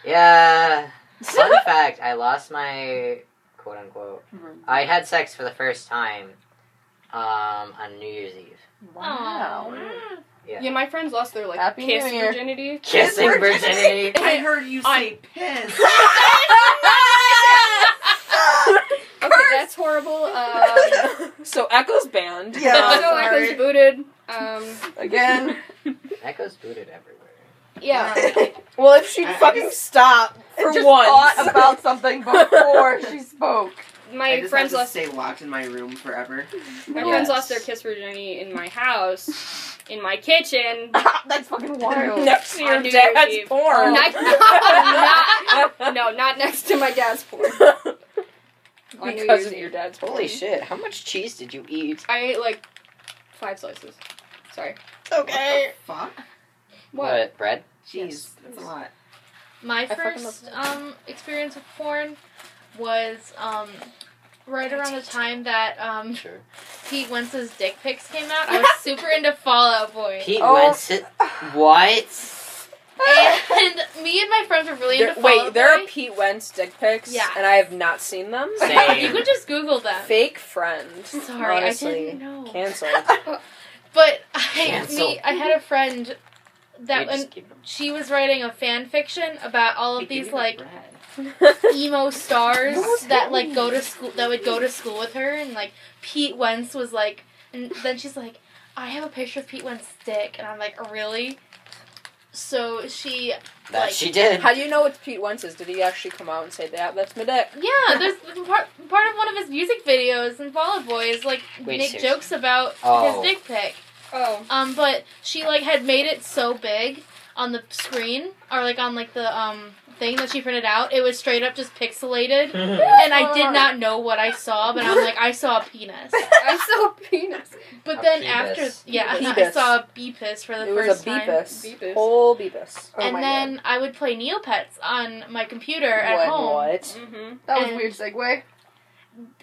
yeah. Fun fact: I lost my quote unquote. I had sex for the first time, um, on New Year's Eve.
Wow.
Aw.
Yeah.
Yeah, my friends lost their like
Happy
kiss
New Year.
virginity.
Kissing virginity.
I heard you say piss.
Okay, that's horrible. Um,
so Echo's banned. Uh,
Yeah.
so I
sorry.
was booted. Um,
Again.
Echoes booted everywhere.
yeah.
Well, if she'd
I- I
fucking
just-
stop for
just
once.
thought about something before she spoke.
I
My
just
friends
have to
lost
stay locked in my room forever.
my
Yes.
friends lost their kiss virginity in my house, in my kitchen.
That's fucking wild.
Next to
On
your
New
dad's
Year's Eve.
porn.
Next, not, no, not next to my dad's porn. On New
because
Year's
of your
Eve.
dad's porn.
Holy shit! How much cheese did you eat?
I ate like five slices. Sorry.
Okay. Fuck.
What?
bread?
Jeez, that's a lot.
My
fucking
first
love
um experience with porn was um right around the time that um
Sure.
Pete Wentz's dick pics came out. I was super into Fallout Boy.
Pete
Oh.
Wentz. What?
And me and my friends were really
There-
into Fallout
wait, there are
Boy.
Pete Wentz dick pics,
Yeah.
and I have not seen them.
Same.
you can just Google them.
Fake friend.
Sorry,
honestly.
I didn't know.
Cancelled.
But I,
Cancel.
me, I had a friend that
We just
when
keep them.
she was writing a fan fiction about all of these like
Bread.
emo stars
What was
that like go to school that would go to school with her and like Pete Wentz was like and then she's like I have a picture of Pete Wentz's dick and I'm like really so she
That
like-
she did.
How do you know it's Pete Wentz's? Did he actually come out and say that? That's my dick.
yeah there's part, part of one of his music videos and Fall Out Boy is like
Wait,
make
seriously?
jokes about
Oh.
his dick pic
Oh.
um but she like had made it so big on the screen or like on like the um thing that she printed out it was straight up just pixelated and I did not know what I saw, but I'm like, I saw a penis.
I saw a penis.
But
A
then
peebus.
after, yeah, I
Peebus.
saw a beepus for the
it was
first
a
time.
beepus.
Beepus.
Whole beepus.
Oh
and
my
then I would play Neopets on my computer at
What?
home. Mm.
What?
Mm-hmm.
God. that was
and-
a weird segue.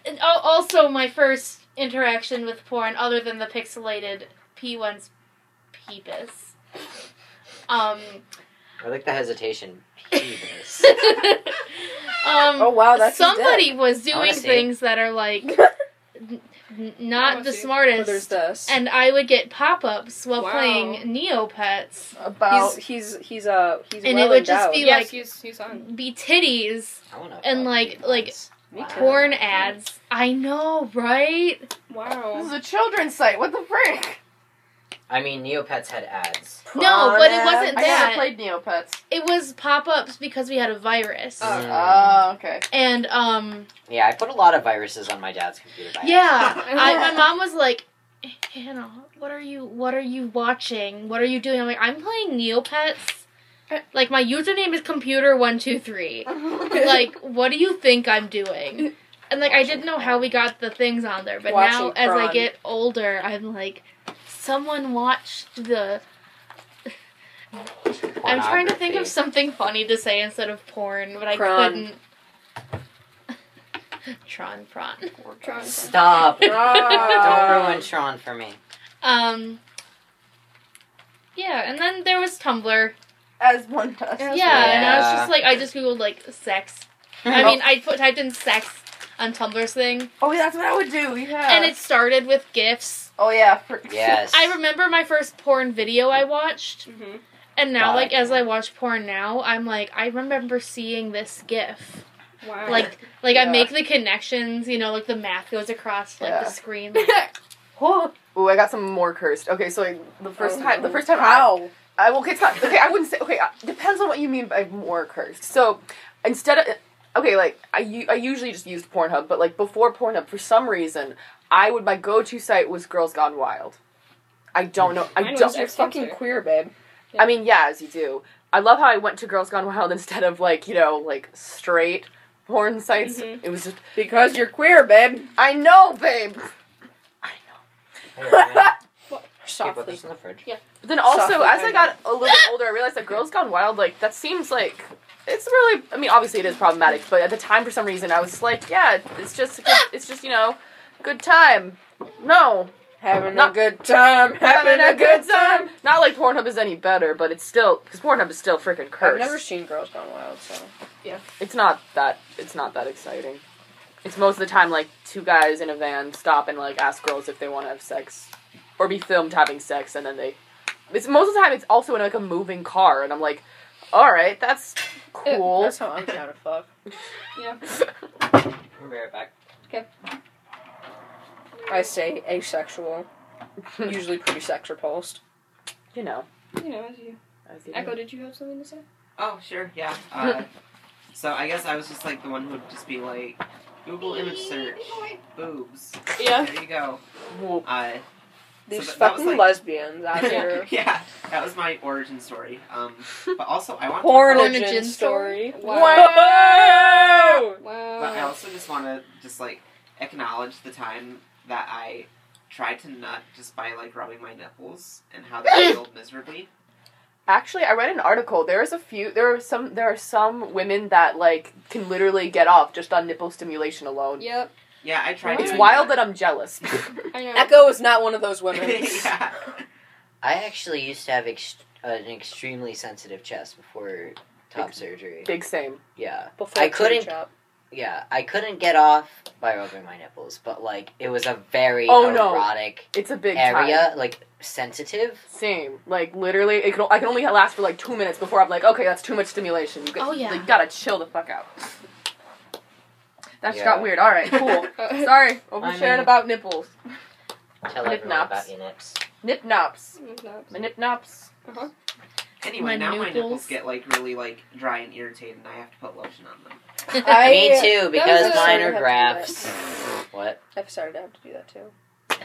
And al- also, my first interaction with porn, other than the pixelated P1's peepus. Um,
I like the hesitation. Penis.
um,
Oh wow, that's his dick.
somebody was
I wanna
doing
see.
things that are like n- n- not
wanna
the
see.
Well,
smartest.
there's this.
and I would get pop ups while
Wow.
playing Neopets.
About
he's he's he's uh he's
And it
well
would just
endowed.
be
Yes,
like-
he's, he's on.
Be titties,
I wanna
And,
fuck
like-
Pete
like,
Wentz.
Me
Wow.
too.
porn ads. I know, right?
this is
Wow.
a children's site. What the frick?
I mean, Neopets had ads.
No, but it wasn't
I never
that.
played Neopets.
It was pop ups because we had a virus.
Uh.
Oh.
Oh, okay.
And um
Yeah, I put a lot of viruses on my dad's computer. by
yeah, I, my mom was like, Hannah, what are you what are you watching? What are you doing? I'm like, I'm playing Neopets. Like my username is computer one two three. Like, what do you think I'm doing? And like I didn't know how we got the things on there, but now
Watching
as I
Tron.
get older, I'm like, someone watched the
accident.
I'm trying to think of
Pornography.
something funny to say instead of porn, but I
Prawn.
couldn't. Tron prawn.
Tron.
Stop! Don't
Prawn.
ruin Tron for me.
Um. Yeah, and then there was Tumblr.
As one does.
Yeah, and I was
Yeah.
just like, I just googled like sex. I mean, I put typed in sex on Tumblr's thing,
Oh, that's what I would do. Yeah.
and it started with gifs.
Oh yeah. For,
yes.
I remember my first porn video I watched,
Mm-hmm.
and now
God.
like as I watch porn now, I'm like, I remember seeing this gif.
Wow.
like like I
Yeah.
make the connections, you know, like the math goes across like
Yeah.
the screen. Like,
Oh, Ooh, I got some more cursed. Okay, so like, the first
Oh,
time, the first time I,
How?
I well, okay, it's not okay. I wouldn't say okay. uh, Depends on what you mean by more cursed. So instead of okay, like I u- I usually just used Pornhub, but like before Pornhub, for some reason, I would my go to site was Girls Gone Wild. I don't know. I
Mine was
don't.
X
fucking
Hamster.
queer, babe.
I mean, yeah, as you do. I love how I went to Girls Gone Wild instead of like you know like straight porn sites.
Mhm.
It was just
Because you're queer, babe.
I know, babe.
Hey, you put
Softly.
this in the fridge.
But then also,
Softly
as I
kind
got a little bit older, I realized that Girls Gone Wild, like, that seems like it's really. I mean, obviously it is problematic, but at the time, for some reason, I was like, yeah, it's just, a good, it's just you know, good time. No,
Having
Not-
a good time. Having a good time.
Not like Pornhub is any better, but it's still because Pornhub is still freaking
I've
cursed.
never seen Girls Gone Wild, so.
It's not that. It's not that exciting. It's most of the time like two guys in a van stop and like ask girls if they want to have sex, or be filmed having sex, and then they. It's most of the time. It's also in like a moving car, and I'm like, all right, that's cool.
That's how I'm down to fuck.
yeah.
We'll be right back.
I say asexual. Usually pretty sex repulsed.
you know.
You know, as you-
as you
Echo,
do.
did you have something to say?
Oh, sure, yeah. Uh, so I guess I was just like the one who would just be like, Google image search, boobs.
Oh.
Yeah.
There you go.
Well,
Uh,
These
that- that was
fucking
like-
lesbians out here.
yeah, that was my origin story. Um, but also I want to.
Porn-
Pornogen story.
Wow.
Wow.
But I also just want to just like acknowledge the time that I tried to nut just by like rubbing my nipples and how that failed miserably.
Actually, I read an article. There is a few. There are some. There are some women that like can literally get off just on nipple stimulation alone.
Yep.
Yeah, I tried.
It's
doing
wild that I'm jealous.
I know.
Echo is not one of those women.
yeah.
I actually used to have ex- an extremely sensitive chest before top surgery.
Big same.
Yeah.
Before
I couldn't-
Change Up.
Yeah, I couldn't get off by rubbing my nipples, but like it was a very
Oh, no.
erotic
It's a big time.
area, like sensitive.
Same. Like literally, it can, I can only last for like two minutes before I'm like, okay, that's too much stimulation. You, get,
Oh, yeah.
like, gotta chill the fuck out. That just
Yeah.
got weird. All right, cool.
Uh,
Sorry, oversharing
mean-
about nipples.
Tell
Nip
everyone
naps.
about your nips.
Nip nops.
no.
My nip nops.
Anyway,
My
now my
nipples.
nipples get like really like dry and irritated, and I have to put lotion on them.
I-
Me too, because
was-
mine are
Sorry, I had to
grafts. What?
I've started to have to do that too.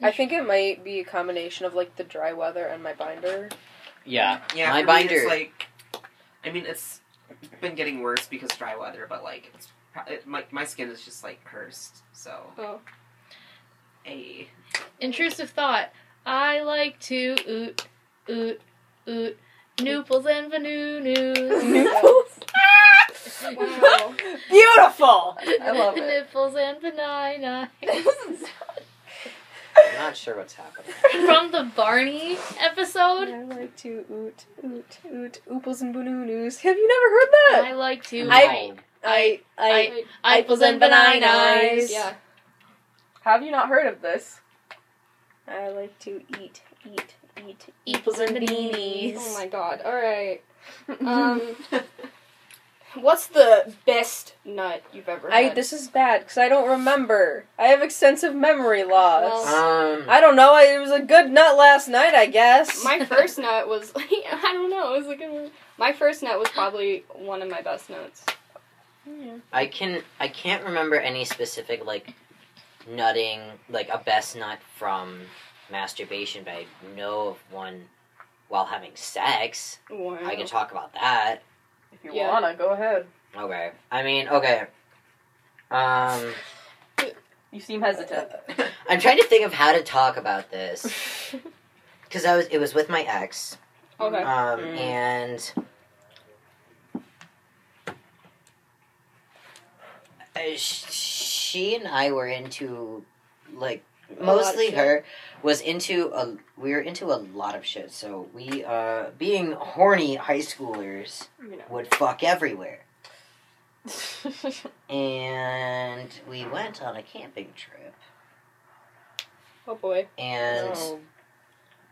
I think it might be a combination of like the dry weather and my binder.
Yeah.
Yeah,
My
for me,
binder.
It's like, I mean, it's been getting worse because dry weather, but like, it's pro- it, my my skin is just like cursed. So,
Oh.
a
Intrusive thought. I like to oot oot oot nooples and vanoonoo.
Wow.
Beautiful. I love it.
Nipples and banana.
I'm not sure what's happening.
From the Barney episode.
I like to oot oot oot ooples and banoonoos. Have you never heard
I like to
I-
No.
that? I
I- apples and bananas.
Yeah.
Have you not heard of this?
I like to eat eat eat
Eeples and
Oh
bananas.
my god. All right. Um. What's the best nut you've ever
I
had?
this is bad because I don't remember. I have extensive memory loss.
Well-
Um,
I don't know. I, it was a good nut last night, I guess.
my first nut was I don't know. It was a good one. My first nut was probably one of my best nuts.
I can I can't remember any specific like nutting like a best nut from masturbation, but I know of one while having sex.
Wow.
I can talk about that.
If you
Yeah.
wanna, go ahead.
Okay. I mean, okay. Um,
You seem hesitant.
I'm trying to think of how to talk about this because I was it was with my ex.
okay.
Um,
Mm.
and Uh, sh- she and I were into like
A lot of
mostly
shit.
her was into a we were into a lot of shit. So we uh being horny high schoolers
You know.
would fuck everywhere. And we went on a camping trip
Oh boy.
and
No. Oh.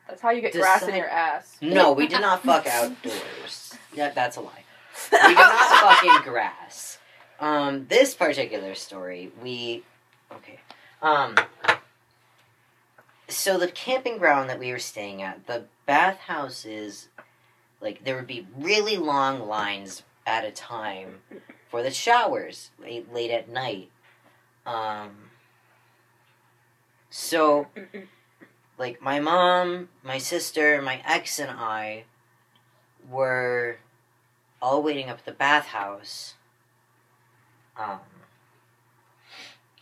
That's how you get
Decide-
grass in your ass.
no, we did not fuck outdoors. That, that's a lie. we did not fucking grass. Um, this particular story, we okay. Um, so the camping ground that we were staying at, the bathhouses, like there would be really long lines at a time for the showers late, late at night. Um, so like my mom, my sister, my ex, and I were all waiting up at the bathhouse, um,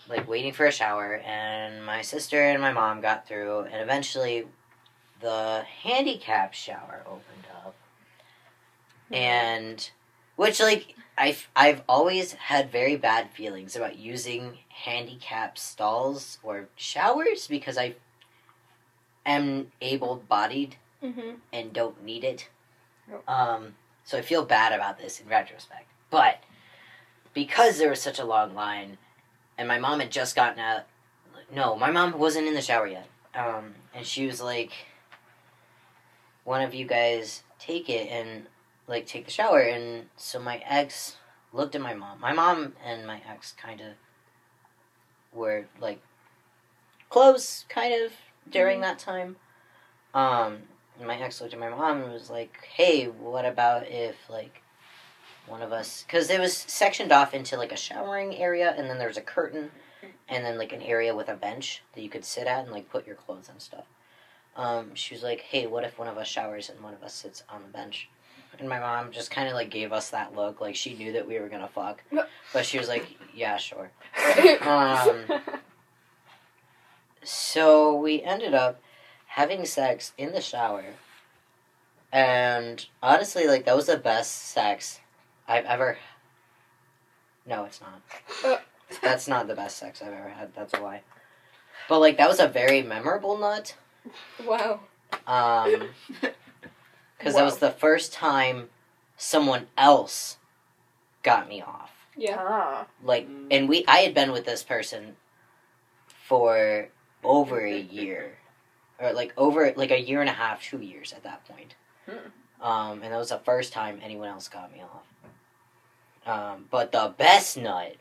like waiting for a shower. And my sister and my mom got through, and eventually, the handicap shower opened up, and which like I've I've always had very bad feelings about using handicap stalls or showers because I am able-bodied
Mm-hmm.
and don't need it.
Yep.
Um, so I feel bad about this in retrospect. But because there was such a long line, and my mom had just gotten out. No, my mom wasn't in the shower yet. Um, and she was like, one of you guys take it and, like, take the shower. And so my ex looked at my mom. My mom and my ex kind of were, like, close, kind of, during that time. Um, and my ex looked at my mom and was like, "Hey, what about if like one of us?" Because it was sectioned off into like a showering area, and then there was a curtain, and then like an area with a bench that you could sit at and like put your clothes and stuff. Um, she was like, "Hey, what if one of us showers and one of us sits on the bench?" And my mom just kind of like gave us that look, like she knew that we were gonna fuck, but she was like, "Yeah, sure." Um, so we ended up having sex in the shower. And honestly, like, that was the best sex I've ever. No, it's not. That's not the best sex I've ever had. That's a lie. But, like, that was a very memorable nut.
wow.
Um. Because that was the first time someone else got me off
Yeah.
Ah.
like
Mm.
and we i had been with this person for over a year or like over like a year and a half two years at that point um and that was the first time anyone else got me off um but the best nut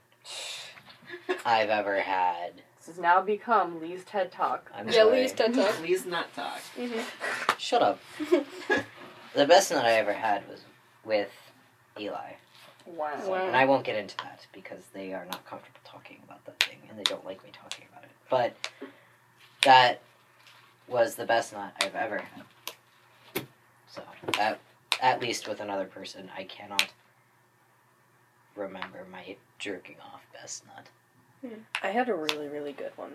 i've ever had
This has now become Lee's TED Talk.
i'm
Yeah,
sorry
Lee's TED Talk.
Please not talk.
Mm-hmm.
shut up the best nut i ever had was with eli
Wow.
Wow.
and i won't get into that because they are not comfortable talking about that thing and they don't like me talking about it but that was the best knot I've ever had. So that, at least with another person, I cannot remember my jerking off best knot.
I had a really, really good one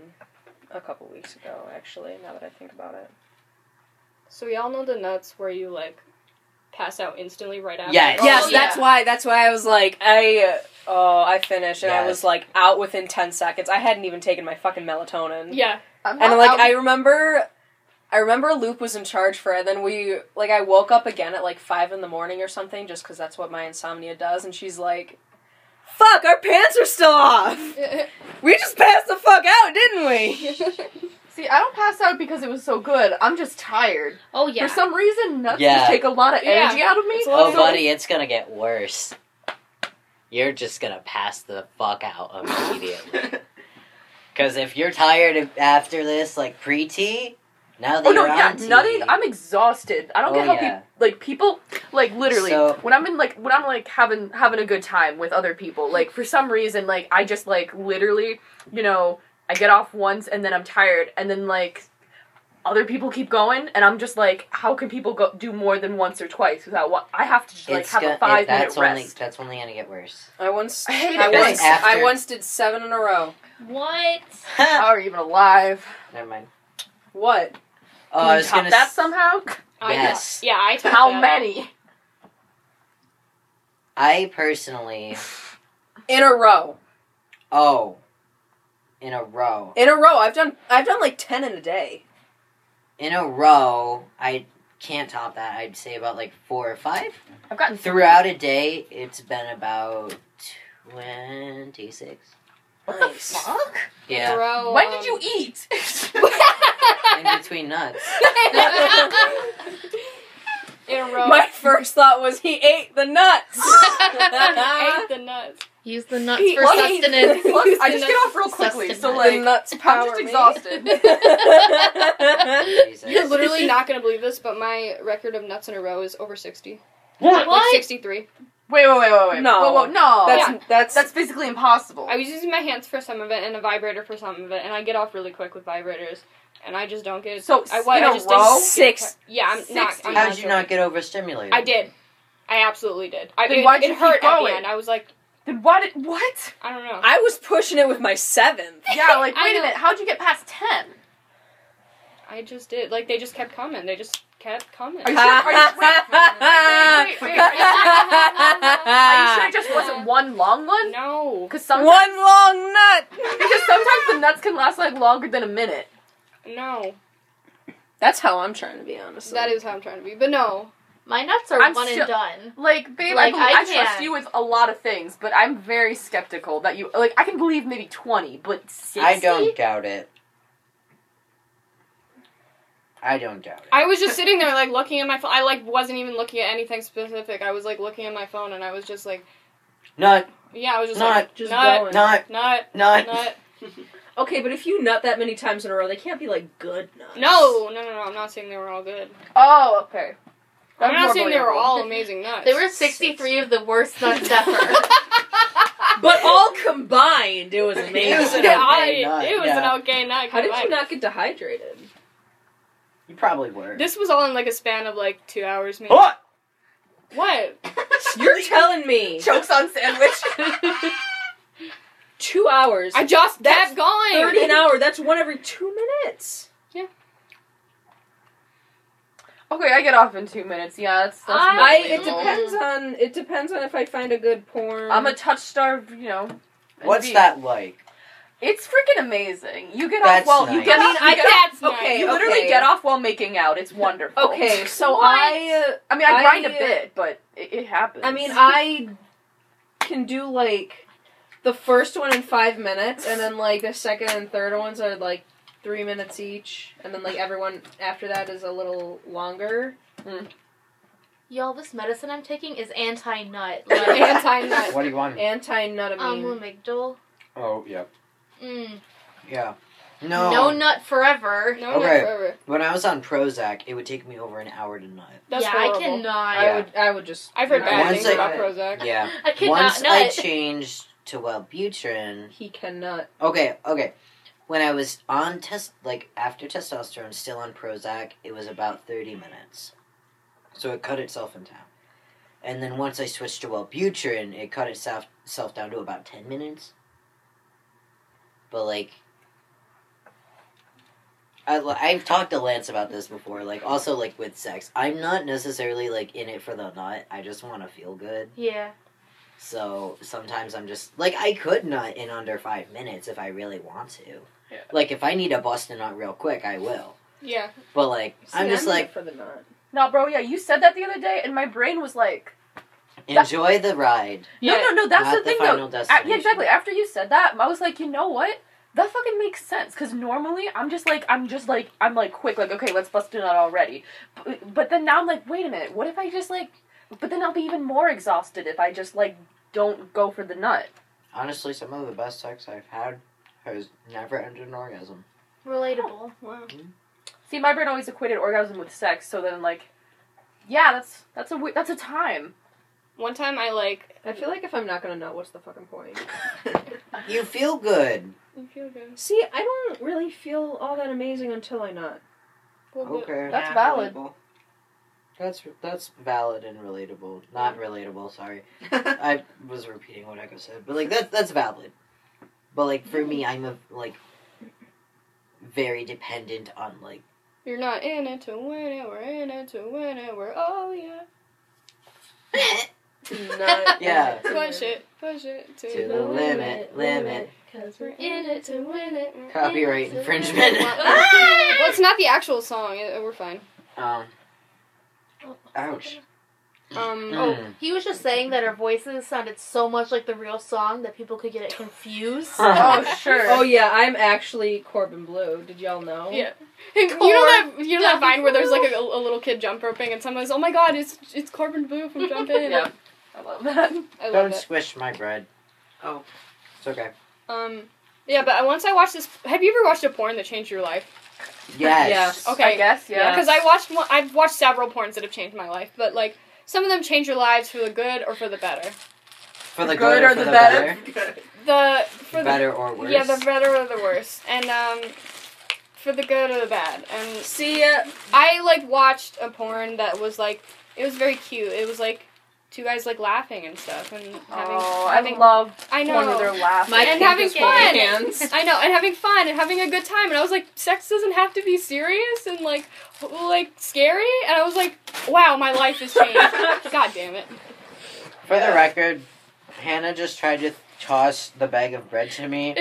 a couple weeks ago, actually, now that I think about it.
So we all know the nuts where you like pass out instantly right after.
Yes.
Yes,
Oh,
that's
yeah.
why that's why I was like, I oh, I finished and I
Yes.
was like out within ten seconds. I hadn't even taken my fucking melatonin.
Yeah.
I'm
And
not
like
out-
I remember I remember Luke was in charge for it, and then we like I woke up again at like five in the morning or something, just because that's what my insomnia does, and she's like, Fuck, our pants are still off. We just passed the fuck out, didn't we?
See, I don't pass out because it was so good. I'm just tired.
Oh yeah.
For some reason, nuts
Yeah.
just take a lot of
Yeah.
energy out of me.
It's a lot
Oh,
of-
so-
buddy, it's gonna get worse. you're just gonna pass the fuck out immediately. Because if you're tired of, after this, like pre tea, now that
Oh no,
you're
yeah,
on tea,
nutting. I'm exhausted. I don't
Oh,
get how
yeah.
people like people like literally
So-
when I'm in like when I'm like having having a good time with other people. Like for some reason, like I just like literally, you know, I get off once and then I'm tired and then like other people keep going and I'm just like, how can people go do more than once or twice without what I have to just like
it's
have
gonna,
a five minute
that's
rest.
only that's only gonna get worse.
I once,
I hate
I
it.
once, I
After-
once did seven in a row.
What?
Never
How are you even alive?
mind.
What?
Oh,
Can
I
you
was
top
gonna.
that
s-
somehow.
I
Yes.
yeah, I took
How
that.
many?
I personally,
In a row.
oh, in a row,
In a row. I've done. I've done like ten in a day.
in a row, I can't top that. I'd say about like four or five.
I've gotten
Throughout a day, it's been about twenty six.
What the
Nice.
fuck?
Yeah,
Bro,
when
um,
did you eat?
in between nuts.
in a row?
My first thought was he ate the nuts.
Oh. ate the nuts.
Use the nuts
He-
for
what?
sustenance.
What?
Look, I just get off real quickly, so
Sustenance.
the
like
nuts power.
just
me.
exhausted.
Jesus.
You're literally not gonna believe this, but my record of nuts in a row is over sixty.
What?
Like
What?
sixty three.
Wait, wait, wait, wait, wait.
No.
Whoa, whoa, no.
that's,
That's
Oh, that's
that's physically impossible.
I was using my hands for some of it and a vibrator for some of it, and I get off really quick with vibrators, and I just don't get it.
So,
I, what,
in
I
a
just
row?
didn't
Six.
Yeah, I'm not.
60.
I'm
How did you
doing
not
it.
get overstimulated?
I did. I absolutely did. I
Then
it,
why'd you
it hurt
keep
at the
going?
end. I was like,
then why did what?
I don't know.
I was pushing it with my seventh.
Yeah, like
I
wait a
know.
minute. How'd you get past ten?
I just did. Like they just kept coming. They just kept coming.
Are you sure- are you- wait, wait, wait, wait, wait. Are you sure it just wasn't one long one?
no,
Because sometimes
One long nut.
because sometimes the nuts can last like longer than a minute.
no.
That's how I'm trying to be honest.
That is how I'm trying to be. But no,
My nuts are
I'm
one
still-
and done.
Like, babe,
Like,
I, believe-
I
I trust
can't.
you with a lot of things, but I'm very skeptical that you like. I can believe maybe twenty, but sixty.
I don't doubt it. I don't doubt it.
I was just sitting there like looking at my phone. I like wasn't even looking at anything specific. I was like looking at my phone, and I was just like,
Nut,
yeah, I was just
Not
like,
just
nut,
going.
nut,
nut,
nut.
nut.
Okay, but if you nut that many times in a row, they can't be like good nuts.
No, no, no, no. I'm not saying they were all good.
Oh, okay.
I'm
That's more
not saying they were
believable.
all amazing nuts.
There were 63 of the worst nuts ever.
But all combined, it was amazing.
It was an
Yeah,
okay
I-
nut,
It was
yeah.
an okay nut.
How did you
combined.
not get dehydrated?
You probably were.
This was all in like a span of like two hours, maybe.
What?
What?
You're telling me
Chokes on sandwich.
two hours,
I just kept going.
thirty an hour. That's one every two minutes.
okay, I get off in two minutes. Yeah, that's that's.
I-
not
I. It
believable.
depends on. It depends on if I find a good porn.
I'm a touch starved, you know.
What's
beef.
that like?
It's freaking amazing. You get
That's
off while you
nice.
get
I mean,
off.
I-
you get off-
that's nice.
You literally
okay.
get off while making out. It's wonderful.
Okay, so
What?
I. Uh,
I mean, I,
I-
grind a bit, but it, it happens.
I mean, I can do like the first one in five minutes, and then like the second and third ones are like three minutes each, and then like everyone after that is a little longer.
Y'all, this medicine I'm taking is anti-nut. Like,
Anti nut.
What do you want?
Anti
um,
nutamine.
amygdal.
Oh, yeah.
Mm.
Yeah. No.
No. nut forever.
No, okay.
Okay.
forever.
When I was on Prozac, it would take me over an hour to nut.
That's
yeah,
horrible.
I cannot.
I would. I would just.
I've heard bad
Once
things
I-
about Prozac.
Yeah.
I cannot
Once
nut.
I changed to Wellbutrin,
He cannot.
Okay, okay. When I was on test, like after testosterone, still on Prozac, it was about 30 minutes. So it cut itself in half. And then once I switched to Wellbutrin, it cut itself, itself down to about 10 minutes. But like, I, li- I've talked to Lance about this before. Like, also like with sex, I'm not necessarily like in it for the nut. I just want to feel good.
yeah.
So sometimes I'm just like I could nut in under five minutes if I really want to.
Yeah.
Like if I need to bust a nut real quick, I will.
Yeah.
But like I'm just like
for the nut.
no, bro. Yeah, you said that the other day, and my brain was like,
enjoy the ride.
Yeah.
no, no, no. That's
not
the thing, though.
final
A-
destination.
yeah, exactly. After you said that, I was like, you know what? That fucking makes sense. Cause normally I'm just like I'm just like I'm like quick, like okay, let's bust it out already. But, but then now I'm like, wait a minute, what if I just like? But then I'll be even more exhausted if I just like
don't go for the nut.
Honestly, some of the best sex I've had has never ended an orgasm.
Relatable.
Wow.
See, my brain always equated orgasm with sex, so then like, yeah, that's that's a wi- that's a time.
One time I like.
I feel like if I'm not gonna know, what's the fucking point?
You feel good.
I feel good.
See, I don't really feel all that amazing until I nut.
Well,
Okay.
That's
Yeah,
valid.
relatable.
That's that's valid and relatable. Not relatable, sorry. I was repeating what Echo said, but like that's that's valid. But like for me, I'm a like very dependent on like
You're not in it to win it. We're in it to win it. We're oh yeah.
Nut.
Yeah.
Push it, push it to,
To the limit, limit.
Because
We're in it to win it. we're in it
Copyright
to
infringement.
win it.
Well, it's not the actual song. uh, We're fine.
um. Ouch.
Um,
Oh, he was just saying that our voices sounded so much like the real song that people could get it confused.
Oh,
sure.
Oh yeah, I'm actually Corbin Blue. Did y'all know?
Yeah. oh, you know that you know that
Corbin
vine where there's like
Blue.
a, a little kid jump roping and someone's oh my god it's it's Corbin Blue from Jump In.
Yeah. I love that.
I love
Don't
it.
squish my bread.
Oh.
It's okay.
Um, yeah, but I- once I watched this, have you ever watched a porn that changed your life?
Yes.
Okay.
I guess, yeah.
Because I watched one, I've watched several porns that have changed my life, but like some of them change your lives for the good or for the better.
For the good, or, for the, better.
The for the
Better or worse.
Yeah, the better or the worse. And um for the good or the bad. And
See ya.
I like watched a porn that was like it was very cute. It was like two guys like laughing and stuff and having
Oh, I
having
love
I know
one where they're laughing.
My And having
Just holding
fun.
Hands.
I know, and having fun and having a good time, and I was like, sex doesn't have to be serious and like, like scary, and I was like, wow, my life has changed. God damn it!
For the record, Hannah just tried to toss the bag of bread to me,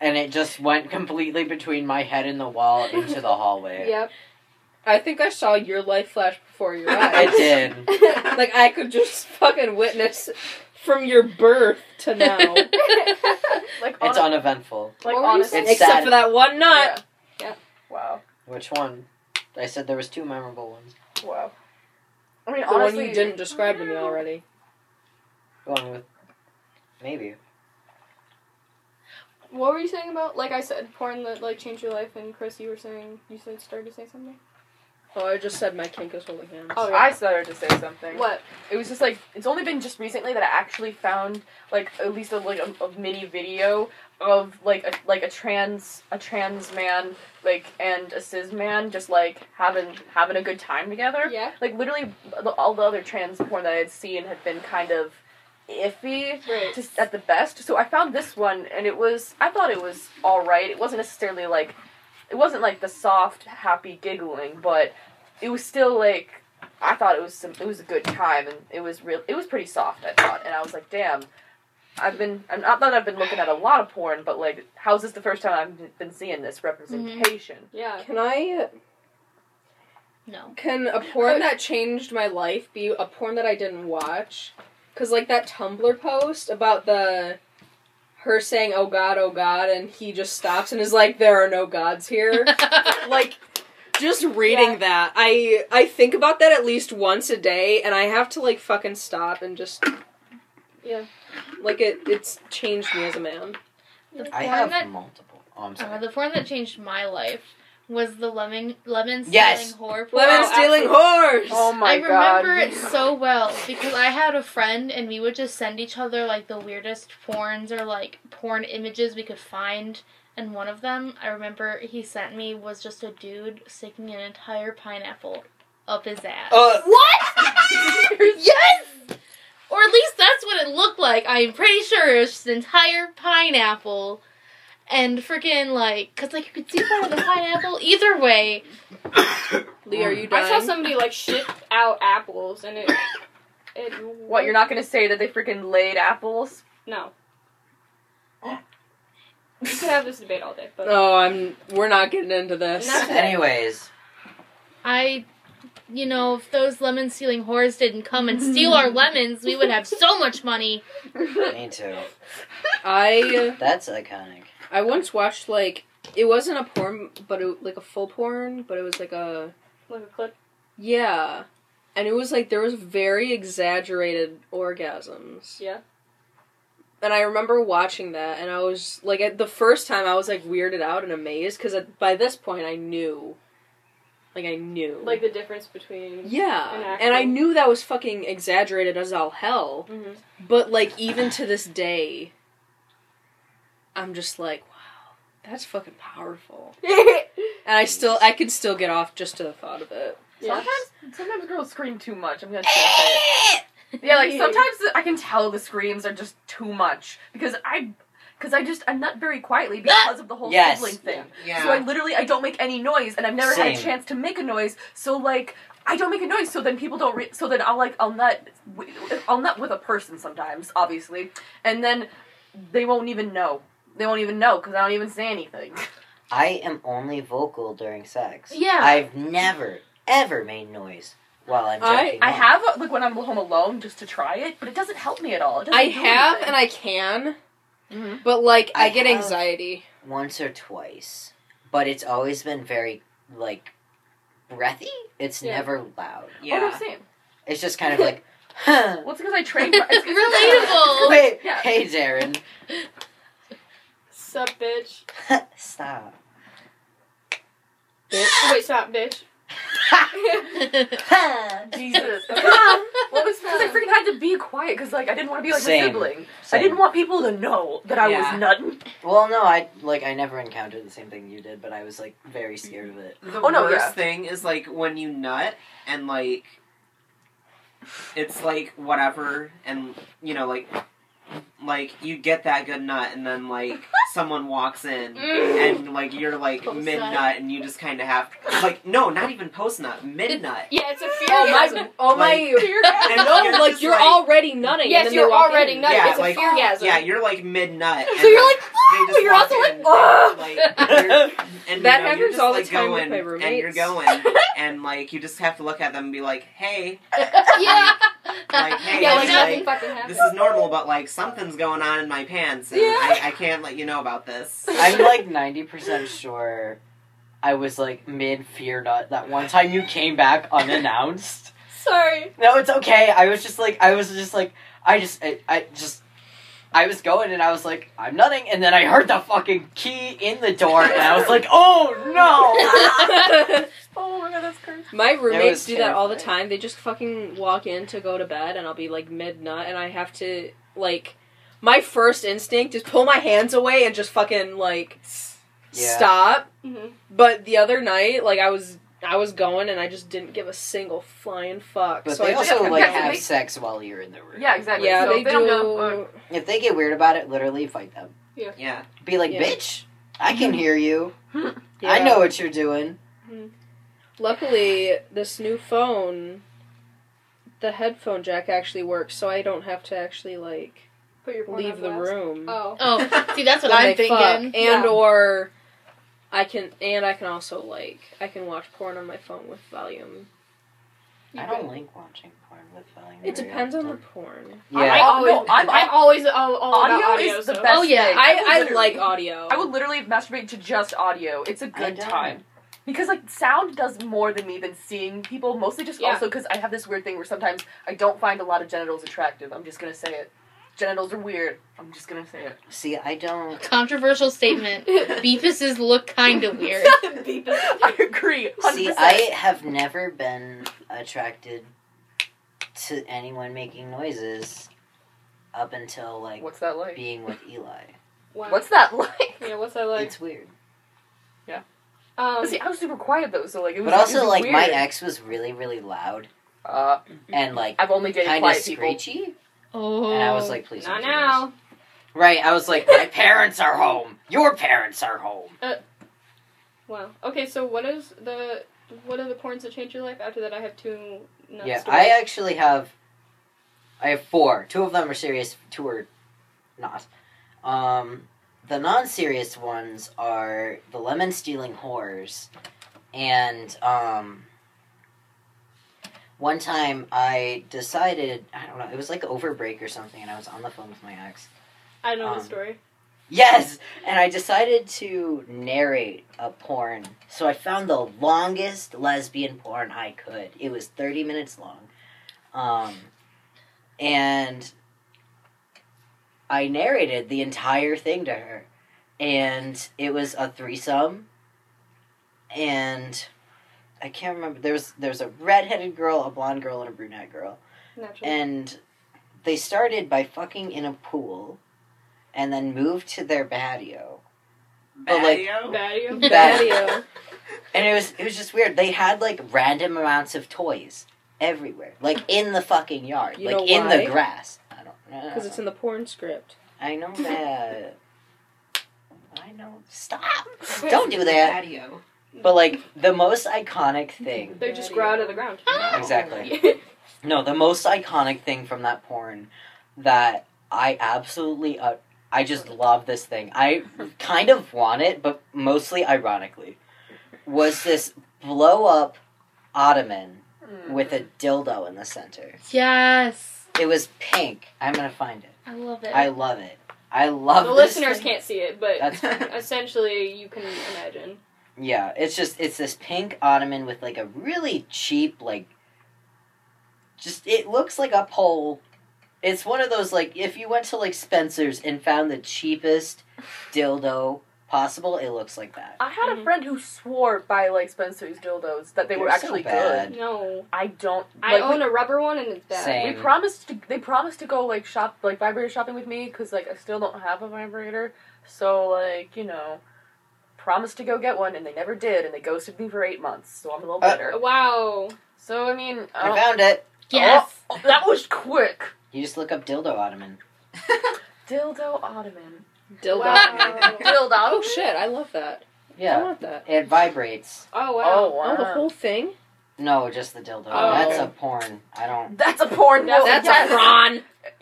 and it just went completely between my head and the wall into the hallway.
Yep. I think I saw your life flash before your eyes.
It did.
Like I could just fucking witness from your birth to now.
like,
It's
on,
uneventful.
like
What were you
honestly.
saying?
It's
Except
sad.
for that one nut.
Wow.
Which one? I said there was two memorable ones.
Wow. I mean,
The
honestly,
one you didn't describe to me already.
Going with maybe.
What were you saying about like I said, porn that like changed your life, and Chris, you were saying you said started to say something.
Oh, I just said my kink is holding hands.
Oh
I
yeah.
started to say something.
what?
It was just like it's only been just recently that I actually found like at least a like a, a mini video of like a, like a trans a trans man like and a cis man just like having having a good time together.
Yeah.
Like literally, the, all the other trans porn that I had seen had been kind of iffy
Right.
just at the best. So I found this one, and it was I thought it was all right. It wasn't necessarily like it wasn't like the soft, happy giggling, but it was still like I thought it was some it was a good time, and it was real. It was pretty soft, I thought, and I was like, damn. I've been I'm not that I've been looking at a lot of porn, but like, how's this the first time I've been seeing this representation?
Yeah.
Can I
no.
Can a porn that changed my life be a porn that I didn't watch? Cause like that Tumblr post about the her saying "Oh God, oh God," and he just stops and is like, "There are no gods here." like, just reading
Yeah.
that, I I think about that at least once a day, and I have to like fucking stop and just
Yeah.
Like it, it's changed me as a man.
The porn
I have
that
multiple. Oh, I'm
uh,
sorry.
the porn that changed my life was the lemon lemon stealing
Yes.
horror porn.
Women
Wow,
stealing whores.
Oh my
I remember
god!
it so well because I had a friend and we would just send each other like the weirdest porns or like porn images we could find. And one of them I remember he sent me was just a dude sticking an entire pineapple up his ass.
Oh.
Uh,
What? yes! Or at least that's what it looked like. I'm pretty sure it was just an entire pineapple. And freaking like, cause like you could see part of the pineapple. Either way,
Lee, are you
I
dying?
saw somebody like shit out apples, and it. it
what you're not gonna say that they freaking laid apples?
No. We could have this debate all day, but
oh, I'm. We're not getting into this.
Not today.
Anyways,
I, you know, if those lemon stealing whores didn't come and steal our lemons, we would have so much money.
me too.
I.
That's iconic.
I once watched like it wasn't a porn, but it like a full porn, but it was like a
like a clip.
yeah, and it was like there was very exaggerated orgasms.
Yeah.
and I remember watching that, and I was like, at the first time I was like weirded out and amazed because by this point I knew, like I knew,
Like the difference between. an
yeah,
actual-
and I knew that was fucking exaggerated as all hell.
Mhm.
But like even to this day, I'm just like, wow, that's fucking powerful.
Mm-hmm.
And I still, I can still get off just to the thought of it.
yeah.
Sometimes, sometimes girls scream too much. I'm gonna say it. Yeah, like sometimes the- I can tell the screams are just too much because I, because I just I'm not very quietly because of the whole
Yes.
sibling thing.
Yeah.
So I literally I don't make any noise, and I've never had a
Same.
chance to make a noise. So like I don't make a noise, so then people don't. Re- so then I'll like I'll nut, wi- I'll nut with a person sometimes, obviously, and then they won't even know. They won't even know because I don't even say anything.
I am only vocal during sex.
Yeah.
I've never, ever made noise while I'm
I-
jacking
I
off.
have uh, like when I'm home alone just to try it, but it doesn't help me at all. It doesn't
I Mm-hmm.
do
have
anything.
and I can,
Mhm.
but like I,
I
get
have-
anxiety.
once or twice, but it's always been very like breathy. It's
Yeah.
never loud.
Oh, no,
yeah.
same.
It's just kind of like, huh.
Well, it's because I trained. My, it's 'cause-
Relatable.
Wait,
Yeah.
hey, Darren,
Sup, bitch.
stop.
bitch. Oh, wait, stop, bitch.
Jesus. well, it's because I freaking had to be quiet because like I didn't want to be like
Same.
a sibling.
Same.
I didn't want people to know that I
Yeah.
was nutting.
Well, no, I like I never encountered the same thing you did, but I was like very scared of it.
The
Oh, no,
worst
yeah.
thing is like when you nut and like it's like whatever and you know like like you get that good nut and then like someone walks in
Mm.
and like you're like
Post nut.
mid nut and you just kind of have like no not even post nut mid nut
Yeah, it's a fear.
Oh
gasm.
my! Oh my!
and
no,
you're
like
just,
you're already nutting. and
Yes,
then they
you're
walk
already
in.
nutting.
Yeah,
it's
like-
a fear gasm.
yeah you're like mid nut
So you're like,
but
you're also like,
and
That
you know, you're
happens
just,
all the
like,
time with
going,
my
and you're
roommates.
going and like you just have to look at them and be like hey
yeah.
Like,
Yeah,
hey,
yeah,
like
it's
like,
nothing
like-
fucking
this
happened.
is normal, but like something's going on in my pants, and I, I can't let you know about this.
I'm like ninety percent sure. I was like mid fear nut that one time you came back unannounced.
Sorry.
No, it's okay. I was just like I was just like I just I, I just I was going and I was like I'm nutting and then I heard the fucking key in the door and I was like oh no.
Oh my god, that's crazy.
My roommates
was
do that all the
terrifying.
time. They just fucking walk in to go to bed, and I'll be like mid nut, and I have to like. My first instinct is pull my hands away and just fucking like
Yeah.
stop.
Mhm.
But the other night, like I was, I was going, and I just didn't give a single flying fuck.
But
so
they
I just
also
kept
like
Yeah, so
going.
have
they-
sex while you're in the room.
Yeah, exactly.
yeah,
so
they,
if they
do.
don't know. uh,
If they get weird about it, literally fight them.
Yeah,
Be like,
Yeah.
bitch, I can hear you.
Yeah.
I know what you're doing.
Luckily, this new phone, the headphone jack actually works, so I don't have to actually like
Put your porn
leave
on
the
blast.
room.
Oh.
oh, see, that's what
when
I'm
they
thinking.
fuck. and
Yeah.
or I can and I can also like I can watch porn on my phone with volume.
I don't like watching porn with volume.
It
very
depends on the
often.
porn.
Yeah.
I always,
No, I'm-
I'm always all, all
Audio
Oh, about audio.
is the
so-
best.
Oh, yeah.
thing.
I, I
would
like
literally-
audio.
I would literally masturbate to just audio. It's a
I
good
don't.
time. Because like sound does more than me than seeing people. Mostly just
Yeah.
also because I have this weird thing where sometimes I don't find a lot of genitals attractive. I'm just gonna say it. Genitals are weird. I'm just gonna say it.
See, I don't.
Controversial statement. Beepuses look kind of weird.
I agree. 100%.
See, I have never been attracted to anyone making noises up until like
What's that like?
being with Eli.
Wow.
What's that like?
yeah? What's that like?
it's weird.
Um,
See, I was super quiet though, so like it was.
But also,
it was
like my
weird.
ex was really, really loud
Uh,
and like
I've only dated
kind of
quiet people.
screechy,
Oh.
and I was like, please. don't
not
do this.
now.
Right, I was like, my parents are home. Your parents are home.
Wow. Okay, so what is the what are the porns that change your life? After that, I have two. Not
yeah,
stories.
I actually have. I have four. Two of them are serious. Two are not. Um, the non-serious ones are the lemon stealing whores, and um. One time I decided I don't know it was like over break or something, and I was on the phone with my ex.
I know
um,
the story.
Yes, and I decided to narrate a porn. So I found the longest lesbian porn I could. It was 30 minutes long. Um and I narrated the entire thing to her, and it was a threesome. And I can't remember. There was there was a redheaded girl, a blonde girl, and a brunette girl,
Naturally.
and they started by fucking in a pool, and then moved to their patio. But like
Patio.
Patio. and it was it was just weird. They had like random amounts of toys everywhere, like in the fucking yard,
You know
like in
why?
the grass. I don't know.
Because it's in the porn script.
I know that. I know. Stop! Don't do that.
Patio.
But like the most iconic thing.
They just grow out of the ground.
Ah!
Oh
Exactly. No, the most iconic thing from that porn that I absolutely uh, I just love this thing. I kind of want it, but mostly ironically, was this blow up ottoman
Mm-hmm.
Hmm.
with a dildo in the center.
Yes.
It was pink. I'm gonna find it.
I love it.
I oh, love it. I love
the
this
listeners
thing.
can't see it, but
That's
essentially you can imagine.
Yeah, it's just it's this pink ottoman with like a really cheap like just it looks like a pole. It's one of those like if you went to like Spencer's and found the cheapest dildo possible, it looks like that.
I had a friend who swore by like Spencer's dildos that they were
They're Mm-hmm. so
actually
bad.
good.
No.
I don't.
I
like,
own a rubber one and it's bad.
Same.
We promised to, they promised to go like shop like vibrator shopping with me because like I still don't have a vibrator, so like you know, promised to go get one and they never did and they ghosted me for eight months, so I'm a little
Uh,
bitter.
Wow.
so I mean, I
I
Oh.
don't-
found it.
yes.
Oh, oh, that was quick.
You just look up dildo ottoman.
Dildo ottoman.
Dildo.
Wow.
Dildo.
Oh shit! I love that. I
Yeah.
want that.
It vibrates.
Oh
Oh
wow.
wow.
Oh, the whole thing.
No, just the dildo.
Oh.
That's a porn. I don't
That's a porn.
That's-
That's,
that's
yes.
a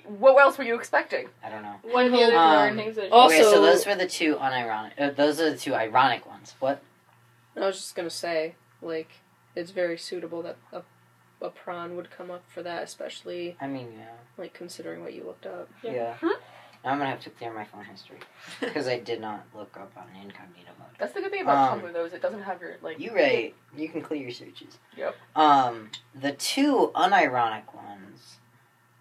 prawn.
What else were you expecting?
I don't know.
One of the other
Um,
things that
Oh.
okay, so
Also-
those were the two unironic uh, those are the two ironic ones. What?
I was just gonna say, like, it's very suitable that a, a prawn would come up for that, especially
I mean, yeah.
like considering what you looked up.
Yeah.
Yeah. Now I'm gonna have to clear my phone history because I did not look up on incognito mode.
That's the good thing about
Um,
Tumblr though is it doesn't have your like.
You right. You can clear your searches.
Yep.
Um, the two unironic ones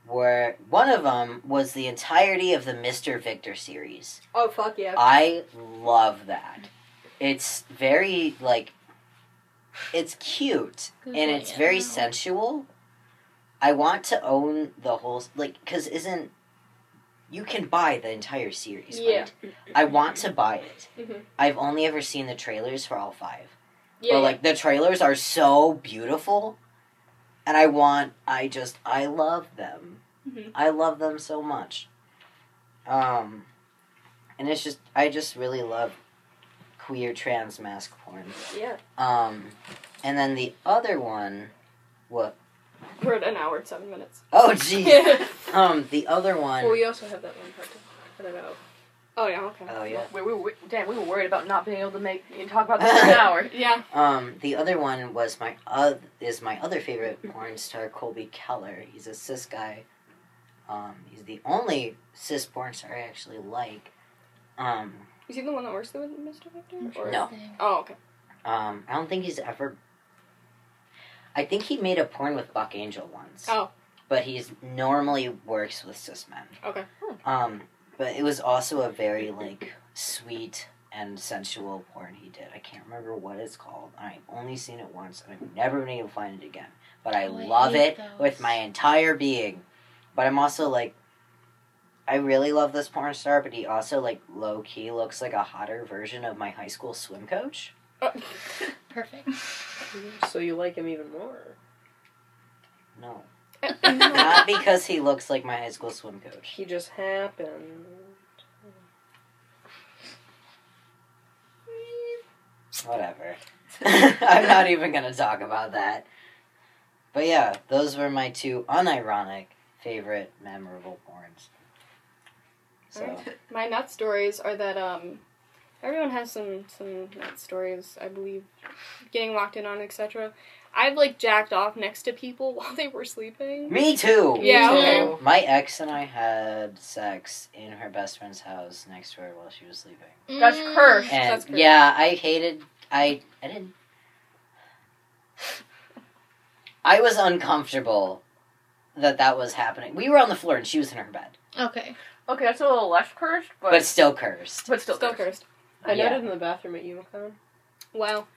were one of them was the entirety of the Mister Victor series.
Oh fuck yeah.
I love that. It's very like, it's cute and it's very sensual. I want to own the whole like because isn't you can buy the entire series.
Yeah.
right? I want to buy it.
Mhm.
I've only ever seen the trailers for all five.
Yeah.
but like the trailers are so beautiful, and I want. I just I love them.
Mhm.
I love them so much. Um, and it's just I just really love queer trans mask porn.
yeah.
Um, and then the other one, what?
yeah. We're at an hour and seven minutes.
Oh geez. Um, the other one.
Well, we also have that one part to cut it out.
oh yeah. Okay.
Oh yeah.
We, we, we, damn, we were worried about not being able to make and talk about this for an hour.
Yeah.
Um, the other one was my uh, is my other favorite porn star Colby Keller. He's a cis guy. Um, he's the only cis porn star I actually like. Um,
Is he the one that works with Mr. Victor? Or?
no,
Oh okay.
um, I don't think he's ever. I think he made a porn with Buck Angel once.
Oh.
But he's normally works with cis men.
Okay. Hmm.
Um, but it was also a very like sweet and sensual porn he did. I can't remember what it's called. I've only seen it once, and I've never been able to find it again. But I
Oh, I
love
hate
it with
those.
my entire being. But I'm also like, I really love this porn star, but he also like low key looks like a hotter version of my high school swim coach.
Perfect.
So you like him even more.
No, not because he looks like my high school swim coach.
He just happened.
Whatever. I'm not even gonna talk about that. But yeah, those were my two unironic favorite memorable porns. So
My nut stories are that um, everyone has some some nut stories. I believe getting locked in on etc. I've like jacked off next to people while they were sleeping.
me too.
Yeah. Okay.
So-
My ex and I had sex in her best friend's house next to her while she was sleeping.
Mm-hmm.
That's cursed.
And
That's great.
yeah, I hated I I didn't I was uncomfortable that that was happening. We were on the floor and she was in her bed.
Okay.
Okay, that's a little less cursed, but
but still cursed.
But still,
Still cursed.
cursed.
I
Yeah.
noted in the bathroom at Unicon.
Wow.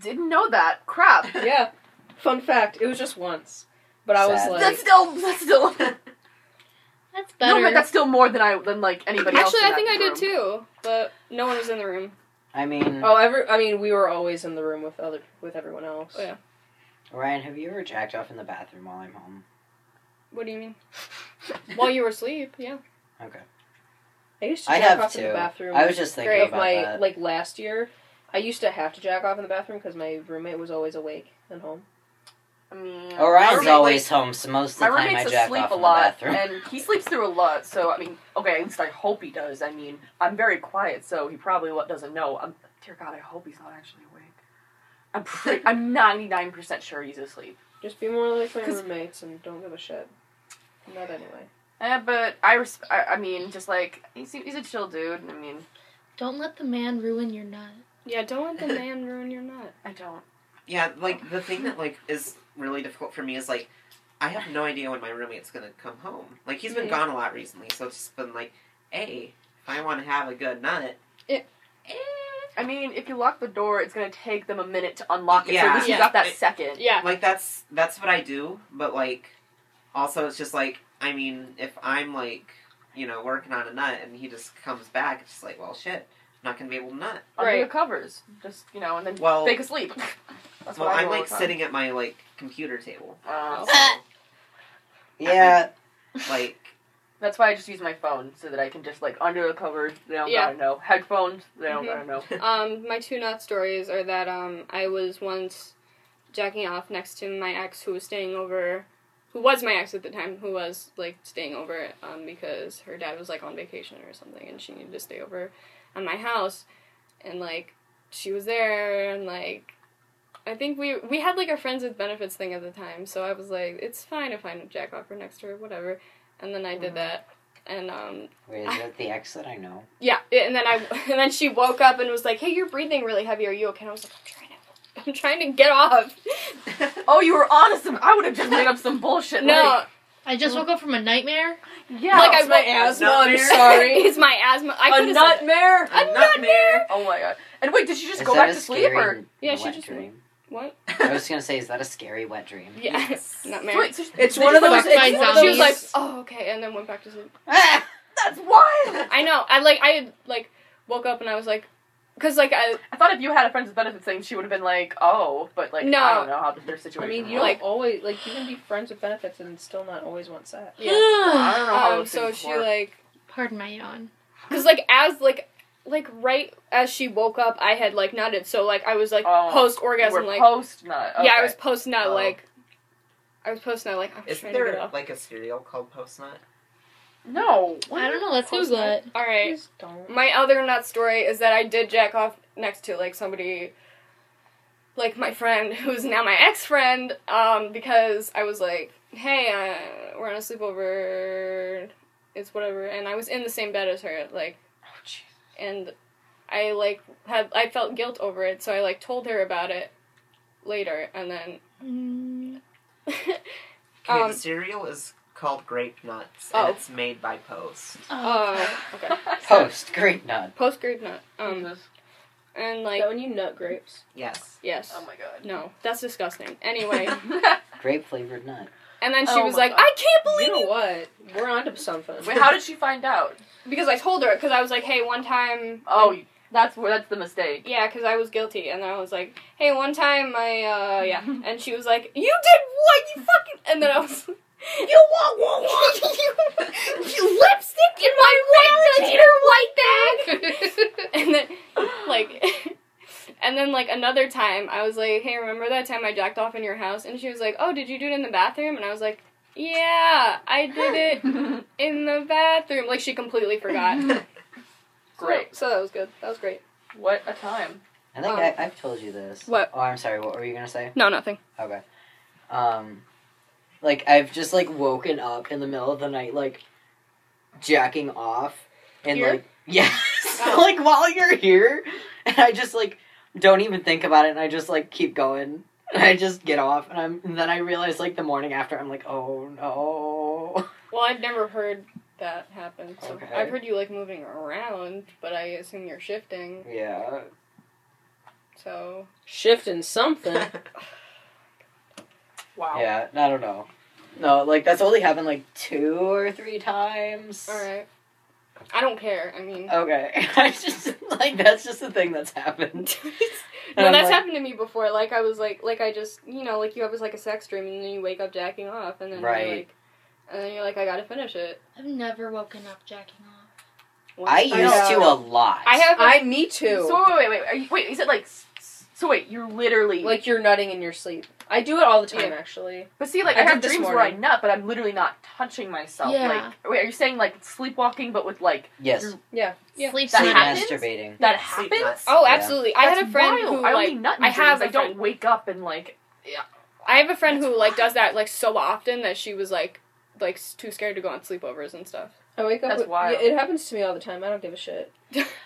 Didn't know that. Crap.
Yeah. Fun fact, it was just once. But I was
Sad.
like
that's still that's still
That's better.
no, but that's still more than I than like anybody else.
Actually,
in
I
that
think I did
room.
too, but no one was in the room.
I mean,
Oh, every I mean, we were always in the room with other with everyone else.
Oh, yeah.
Ryan, have you ever jacked off in the bathroom while I'm home?
What do you mean? While you were asleep, yeah.
I used to
I
jack
have
off in
too.
the bathroom.
I was just thinking
of
about
my
that.
like last year. I used to have to jack off in the bathroom because my roommate was always awake and home.
Mm,
Oh,
my
Ryan's
roommate,
always home, so most of the
like, my
time I
roommate's
jack
asleep
off
a
in the
lot,
bathroom.
and he sleeps through a lot. So I mean, okay, at least I hope he does. I mean, I'm very quiet, so he probably wa- doesn't know. I'm, dear God, I hope he's not actually awake. I'm pretty, I'm 99 percent sure he's asleep.
Just be more like my
'Cause-
roommates and don't give a shit. Not anyway.
Eh, but I, res- I, I mean, just like he's, he's a chill dude. I mean,
Don't let the man ruin your nut.
Yeah, don't let the man ruin your nut.
I don't.
Yeah, like the thing that like is really difficult for me is like I have no idea when my roommate's gonna come home. Like he's been
Mhm.
gone a lot recently, so it's just been like, hey, if I want to have a good night,
Yeah.
I mean, if you lock the door, it's gonna take them a minute to unlock it. So
Yeah.
at least
Yeah.
you got that
It-
second.
Yeah.
like that's that's what I do. But like, also it's just like I mean, if I'm like you know working on a nut and he just comes back, it's just like well shit, I'm not gonna be able to nut.
under
Right.
the covers. Just you know, and then
Well-
fake asleep. That's
well,
what I do
I'm
all
like
the time.
sitting at my like computer table,
Uh,
so,
yeah,
like
that's why I just use my phone so that I can just like under the covers. They don't
Yeah.
gotta know. Headphones. They don't
Mhm.
gotta know.
Um, my two nut stories are that um I was once jacking off next to my ex who was staying over who was my ex at the time, who was like staying over um because her dad was like on vacation or something and she needed to stay over at my house and like she was there and like I think we we had like a friends with benefits thing at the time, so I was like, it's fine if I jack off her next to her, whatever. And then I did that. And um
wait, is that the ex that I know?
yeah, yeah, and then I and then she woke up and was like, "Hey, you're breathing really heavy. Are you okay?" And I was like, "I'm trying to, I'm trying to get off."
Oh, you were honest. I would have just made up some bullshit.
No,
I just woke up from a nightmare.
Like, yeah.
Like, I-
It's my asthma. I'm
nightmare.
sorry.
it's my asthma. I
a
could have said
nightmare.
a nightmare.
oh my god. And wait, did she just
Is
go
that
back
a
to sleep or?
scary
Yeah, she
wet
just-
dream?
what?
I was gonna say, is that a scary wet dream?
Yes, not
Wait,
married.
so she-
It's
they
one of those.
just
walked
went
by
It's one of
She was
those
zombies.
like, "Oh, okay," and then went back to sleep.
Ah!
That's wild.
I know. I like I had, like woke up and I was like, because like I
I thought if you had a friends with benefits thing, she would have been like, oh, but like
No.
I don't know how their
I
situation.
mean, you
was.
don't always like you can be friends with benefits and still not always want sex.
yeah.
Oh, I don't know how
Um,
those
so
things
she
work.
like
Pardon my yawn.
Cause like as like like right as she woke up, I had like nutted. So like I was like
Oh,
post
You
orgasm.
were
Like
post nut.
yeah, I
okay.
was post nut.
Oh.
Like I was post nut. Like I'm
Isn't
trying to get
there
off.
like a cereal called Post Nut?
No,
I don't know. Let's Google it.
All right.
Please don't.
My other nut story is that I did jack off next to like somebody, like my friend who's now my ex friend, um, because I was like, hey, uh, we're on a sleepover, it's whatever, and I was in the same bed as her, like, and I like had I felt guilt over it, so I like told her about it later, and then.
Mm,
Okay,
Um,
the cereal is called Grape Nuts,
Oh.
and it's made by Post.
Oh.
Uh, okay.
Post great nut.
Post grade nut. Um,
Jesus.
and
Is
like,
that when you nut grapes?
Yes.
yes.
Oh my god.
No, that's disgusting. Anyway,
Grape flavored nut.
and then she
Oh
was
my
like,
God.
"I can't
You
believe
know what? We're onto something.
Wait, how did she find out?
because I told her because I was like, "Hey, one time."
Oh, that's where that's the mistake.
Yeah, because I was guilty, and I was like, "Hey, one time I uh yeah," and she was like, "You did what? You fucking!" And then I was. You want lipstick in my Valentino white bag, and then like, and then like another time I was like, "Hey, remember that time I jacked off in your house?" And she was like, "Oh, did you do it in the bathroom?" And I was like, "Yeah, I did it in the bathroom." Like she completely forgot.
Great.
So, so that was good. That was great.
What a time.
I think
Um,
I, I've told you this.
what?
Oh, I'm sorry. What were you gonna say?
No, nothing.
Okay. Um, like I've just like woken up in the middle of the night, like jacking off, and
Here? Oh.
like yes, like while you're here, and I just like don't even think about it, and I just like keep going, and I just get off, and I'm and then I realize like the morning after, I'm like, oh no,
Well, I've never heard that happened. So
Okay.
I've heard you like moving around, but I assume you're shifting.
Yeah.
So
Shifting something.
Wow.
Yeah, I don't know. No, like that's only happened like two or three times.
all right, I don't care. I mean,
Okay. I just like that's just the thing that's happened.
no,
I'm
that's
like-
happened to me before. Like I was like, like I just, you know, like you have like a sex dream and then you wake up jacking off, and then you're
Right.
like, and then you're like, I gotta finish it.
I've never woken up jacking off.
Once
I used to
know.
a lot.
I have.
I me too.
So wait, wait, wait. Are you, wait, is it like? s- s- So wait, you're literally
like you're nutting in your sleep. I do it all the time
Yeah.
actually.
But see, like
I
I,
did
have
this
dreams where I
morning.
nut, but I'm literally not touching myself.
Yeah.
Like, wait, are you saying like sleepwalking, but with like
yes.
That
Yeah.
Sleep
That
Sleep
happens?
masturbating.
that
Sleep
happens?
nuts.
oh,
Yeah.
absolutely. I had
That's
a friend
wild.
who
I
like
only nut in
I have
dreams.
a
I don't
friend-
wake up and like.
I have a friend
That's
who like does that like so often that she was like like s- too scared to go on sleepovers and stuff.
I wake up.
That's
with,
wild.
It happens to me all the time. I don't give a shit.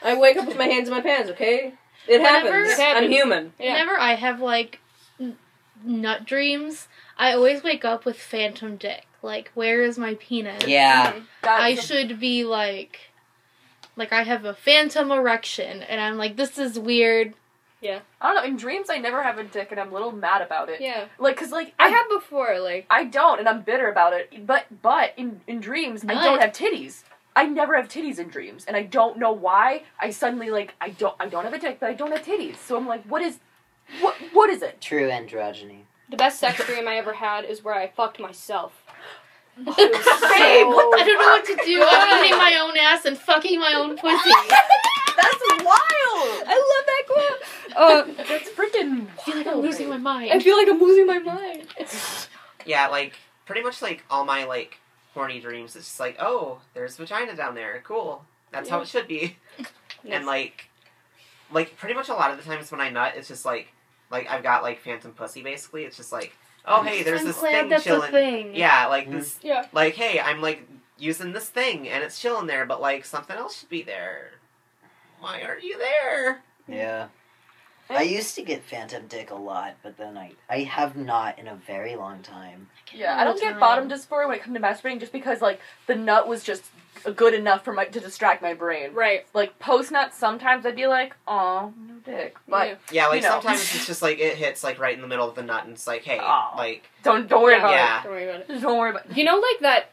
I wake up with my hands in my pants. Okay, it
Whenever-
happens.
It happens.
I'm human.
Yeah.
Whenever I have like n- nut dreams, I always wake up with phantom dick. Like, where is my penis?
Yeah.
Mhm.
That
I should be like, like I have a phantom erection, and I'm like, this is weird.
I don't know. In dreams, I never have a dick, and I'm a little mad about it.
Yeah,
Like, cause like
I have before like
I don't, and I'm bitter about it. But but in in dreams, I
Nice.
don't have titties. I never have titties in dreams, and I don't know why. I suddenly like I don't I don't have a dick, but I don't have titties. So I'm like, what is, what what is it?
True androgyny.
the best sex dream I ever had is where I fucked myself.
Babe, what the
I don't know what to do. I'm eating my own ass and fucking my own pussy.
That's wild.
I love that quote. Uh,
That's freaking.
I feel like I'm losing my
I
mind.
feel like I'm losing my mind.
Yeah, like pretty much like all my like horny dreams. It's just like, oh, there's vagina down there. Cool. That's how it should be.
Yes.
And like, like pretty much a lot of the times when I nut, it's just like, like I've got like phantom pussy. Basically, it's just like, oh hey, there's
I'm
this
glad
thing
that's
chilling.
a thing.
Yeah, like this.
Yeah.
Like hey, I'm like using this thing and it's chilling there, but like something else should be there. Why aren't you there?
Yeah. I used to get phantom dick a lot, but then I I have not in a very long time.
Yeah, I don't get bottom dysphoria when it comes to masturbating, just because like the nut was just good enough for my to distract my brain.
Right.
Like post nut, sometimes I'd be like, oh no dick, but
Yeah.
Yeah, like
You know.
sometimes it's just like it hits like right in the middle of the nut, and it's like hey,
Aw.
like
don't don't worry about
Yeah.
Don't worry about it.
it. Don't worry about.
You know, like that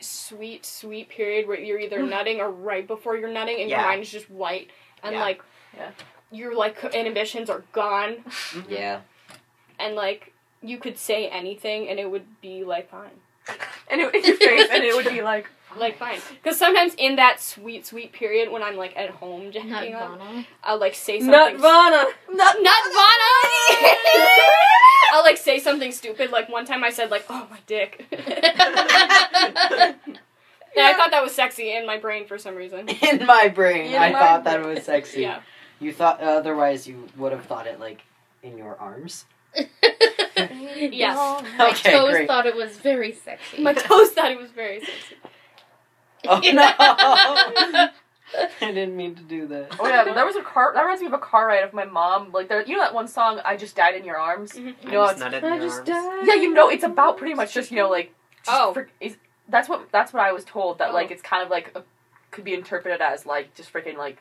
sweet, sweet period where you're either nutting or right before you're nutting, and
Yeah.
your mind is just white and
Yeah.
like,
Yeah.
your like inhibitions are gone.
Yeah.
and like you could say anything and it would be like fine
And it in your face, and it would be like.
like fine because sometimes in that sweet sweet period when i'm like at home
Not
jacking up
Bono.
i'll like say something
Nirvana.
not not Bono! i'll like say something stupid like one time i said like oh my dick and i thought that was sexy in my brain for some reason
In my brain,
In
I
my
thought that was sexy.
yeah
You thought otherwise you would have thought it like in your arms.
yes
My
Okay,
toes
great.
thought it was very sexy.
my toes thought it was very sexy
Oh no! I didn't mean to do that.
Oh yeah, there was a car. That reminds me of a car ride of my mom. Like there, you know that one song, "I Just Died in Your Arms."
Mhm.
You know,
I
it's,
just nutted in
I
your
just
arms.
died.
yeah, you know, it's about pretty much just you know like. just
Oh.
frick- is, that's what that's what I was told. That like
Oh.
it's kind of like a, could be interpreted as like just freaking like.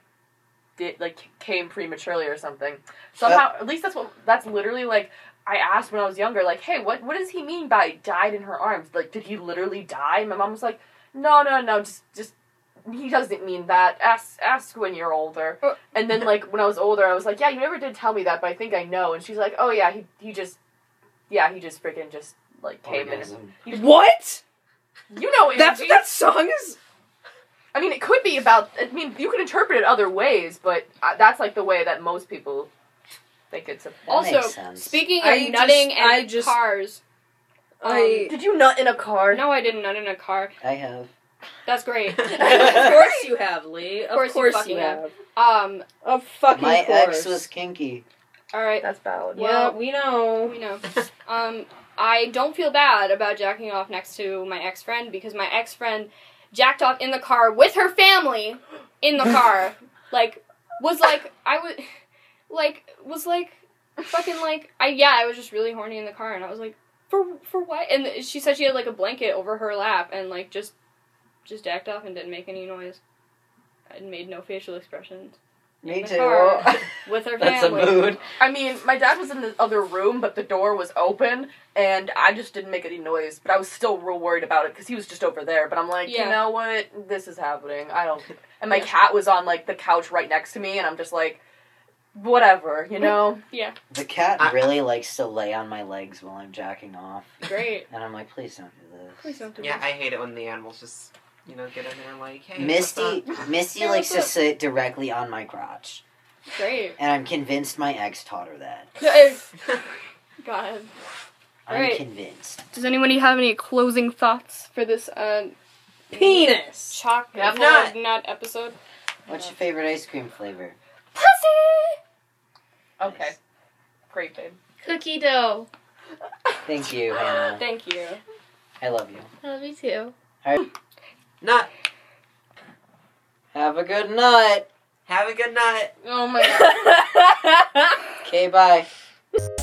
Did, like came prematurely or something somehow at least that's what that's literally like i asked when i was younger like hey what what does he mean by died in her arms like did he literally die my mom was like no no no just just he doesn't mean that. Ask ask when you're older.
Uh.
And then like when I was older, I was like, yeah, you never did tell me that, but I think I know. And she's like, oh yeah, he he just, yeah, he just freaking just like
Oh,
came in.
Orgasm.
You-
What?
You know,
That's
Angie.
what that song is.
I mean, it could be about. I mean, you could interpret it other ways, but uh, that's like the way that most people think it's. A,
That
Oh, also
makes sense.
speaking of
I just-
nutting and
I just-
cars
I
did you nut in a car?
no i didn't nut in a car
I have.
that's great
of course you have, Lee. Of
course
course,
you
you,
fucking
have.
um
Of fucking
My
course.
ex was kinky.
all right
That's valid.
Yeah,
Well-
we know.
We know. Um, I don't feel bad about jacking off next to my ex friend because my ex friend jacked off in the car with her family in the car. like, was like, I was, like, was like, fucking like, I, yeah, I was just really horny in the car and I was like, for, for what? And she said she had like a blanket over her lap and like just just jacked off and didn't make any noise. I made no facial expressions
Me
the
too.
car. with our
That's a
family.
mood.
I mean, my dad was in the other room, but the door was open, and I just didn't make any noise. But I was still real worried about it because he was just over there. But I'm like,
Yeah.
you know what? This is happening. I don't. And my
Yeah.
cat was on like the couch right next to me, and I'm just like, whatever, you know.
The cat
I-
really likes to lay on my legs while I'm jacking off,
Great.
and I'm like, please don't do this.
Please don't do
Yeah,
that.
I hate it when the animals just, you know, get in there like, hey. what's
Misty,
up?
Misty
Yeah,
likes to
look.
sit directly on my crotch,
Great.
and I'm convinced my ex taught her that.
God.
I'm
Alright.
convinced.
Does anybody have any closing thoughts for this uh,
Penis.
chalk
Have
nut. nut episode?
What's your favorite ice cream flavor?
Pussy.
Okay,
Nice.
great, babe.
Cookie dough.
Thank you, Hannah.
Thank you.
I love you.
Oh, me too.
Not
Have a good night.
have a good night.
Oh my god.
Okay, bye.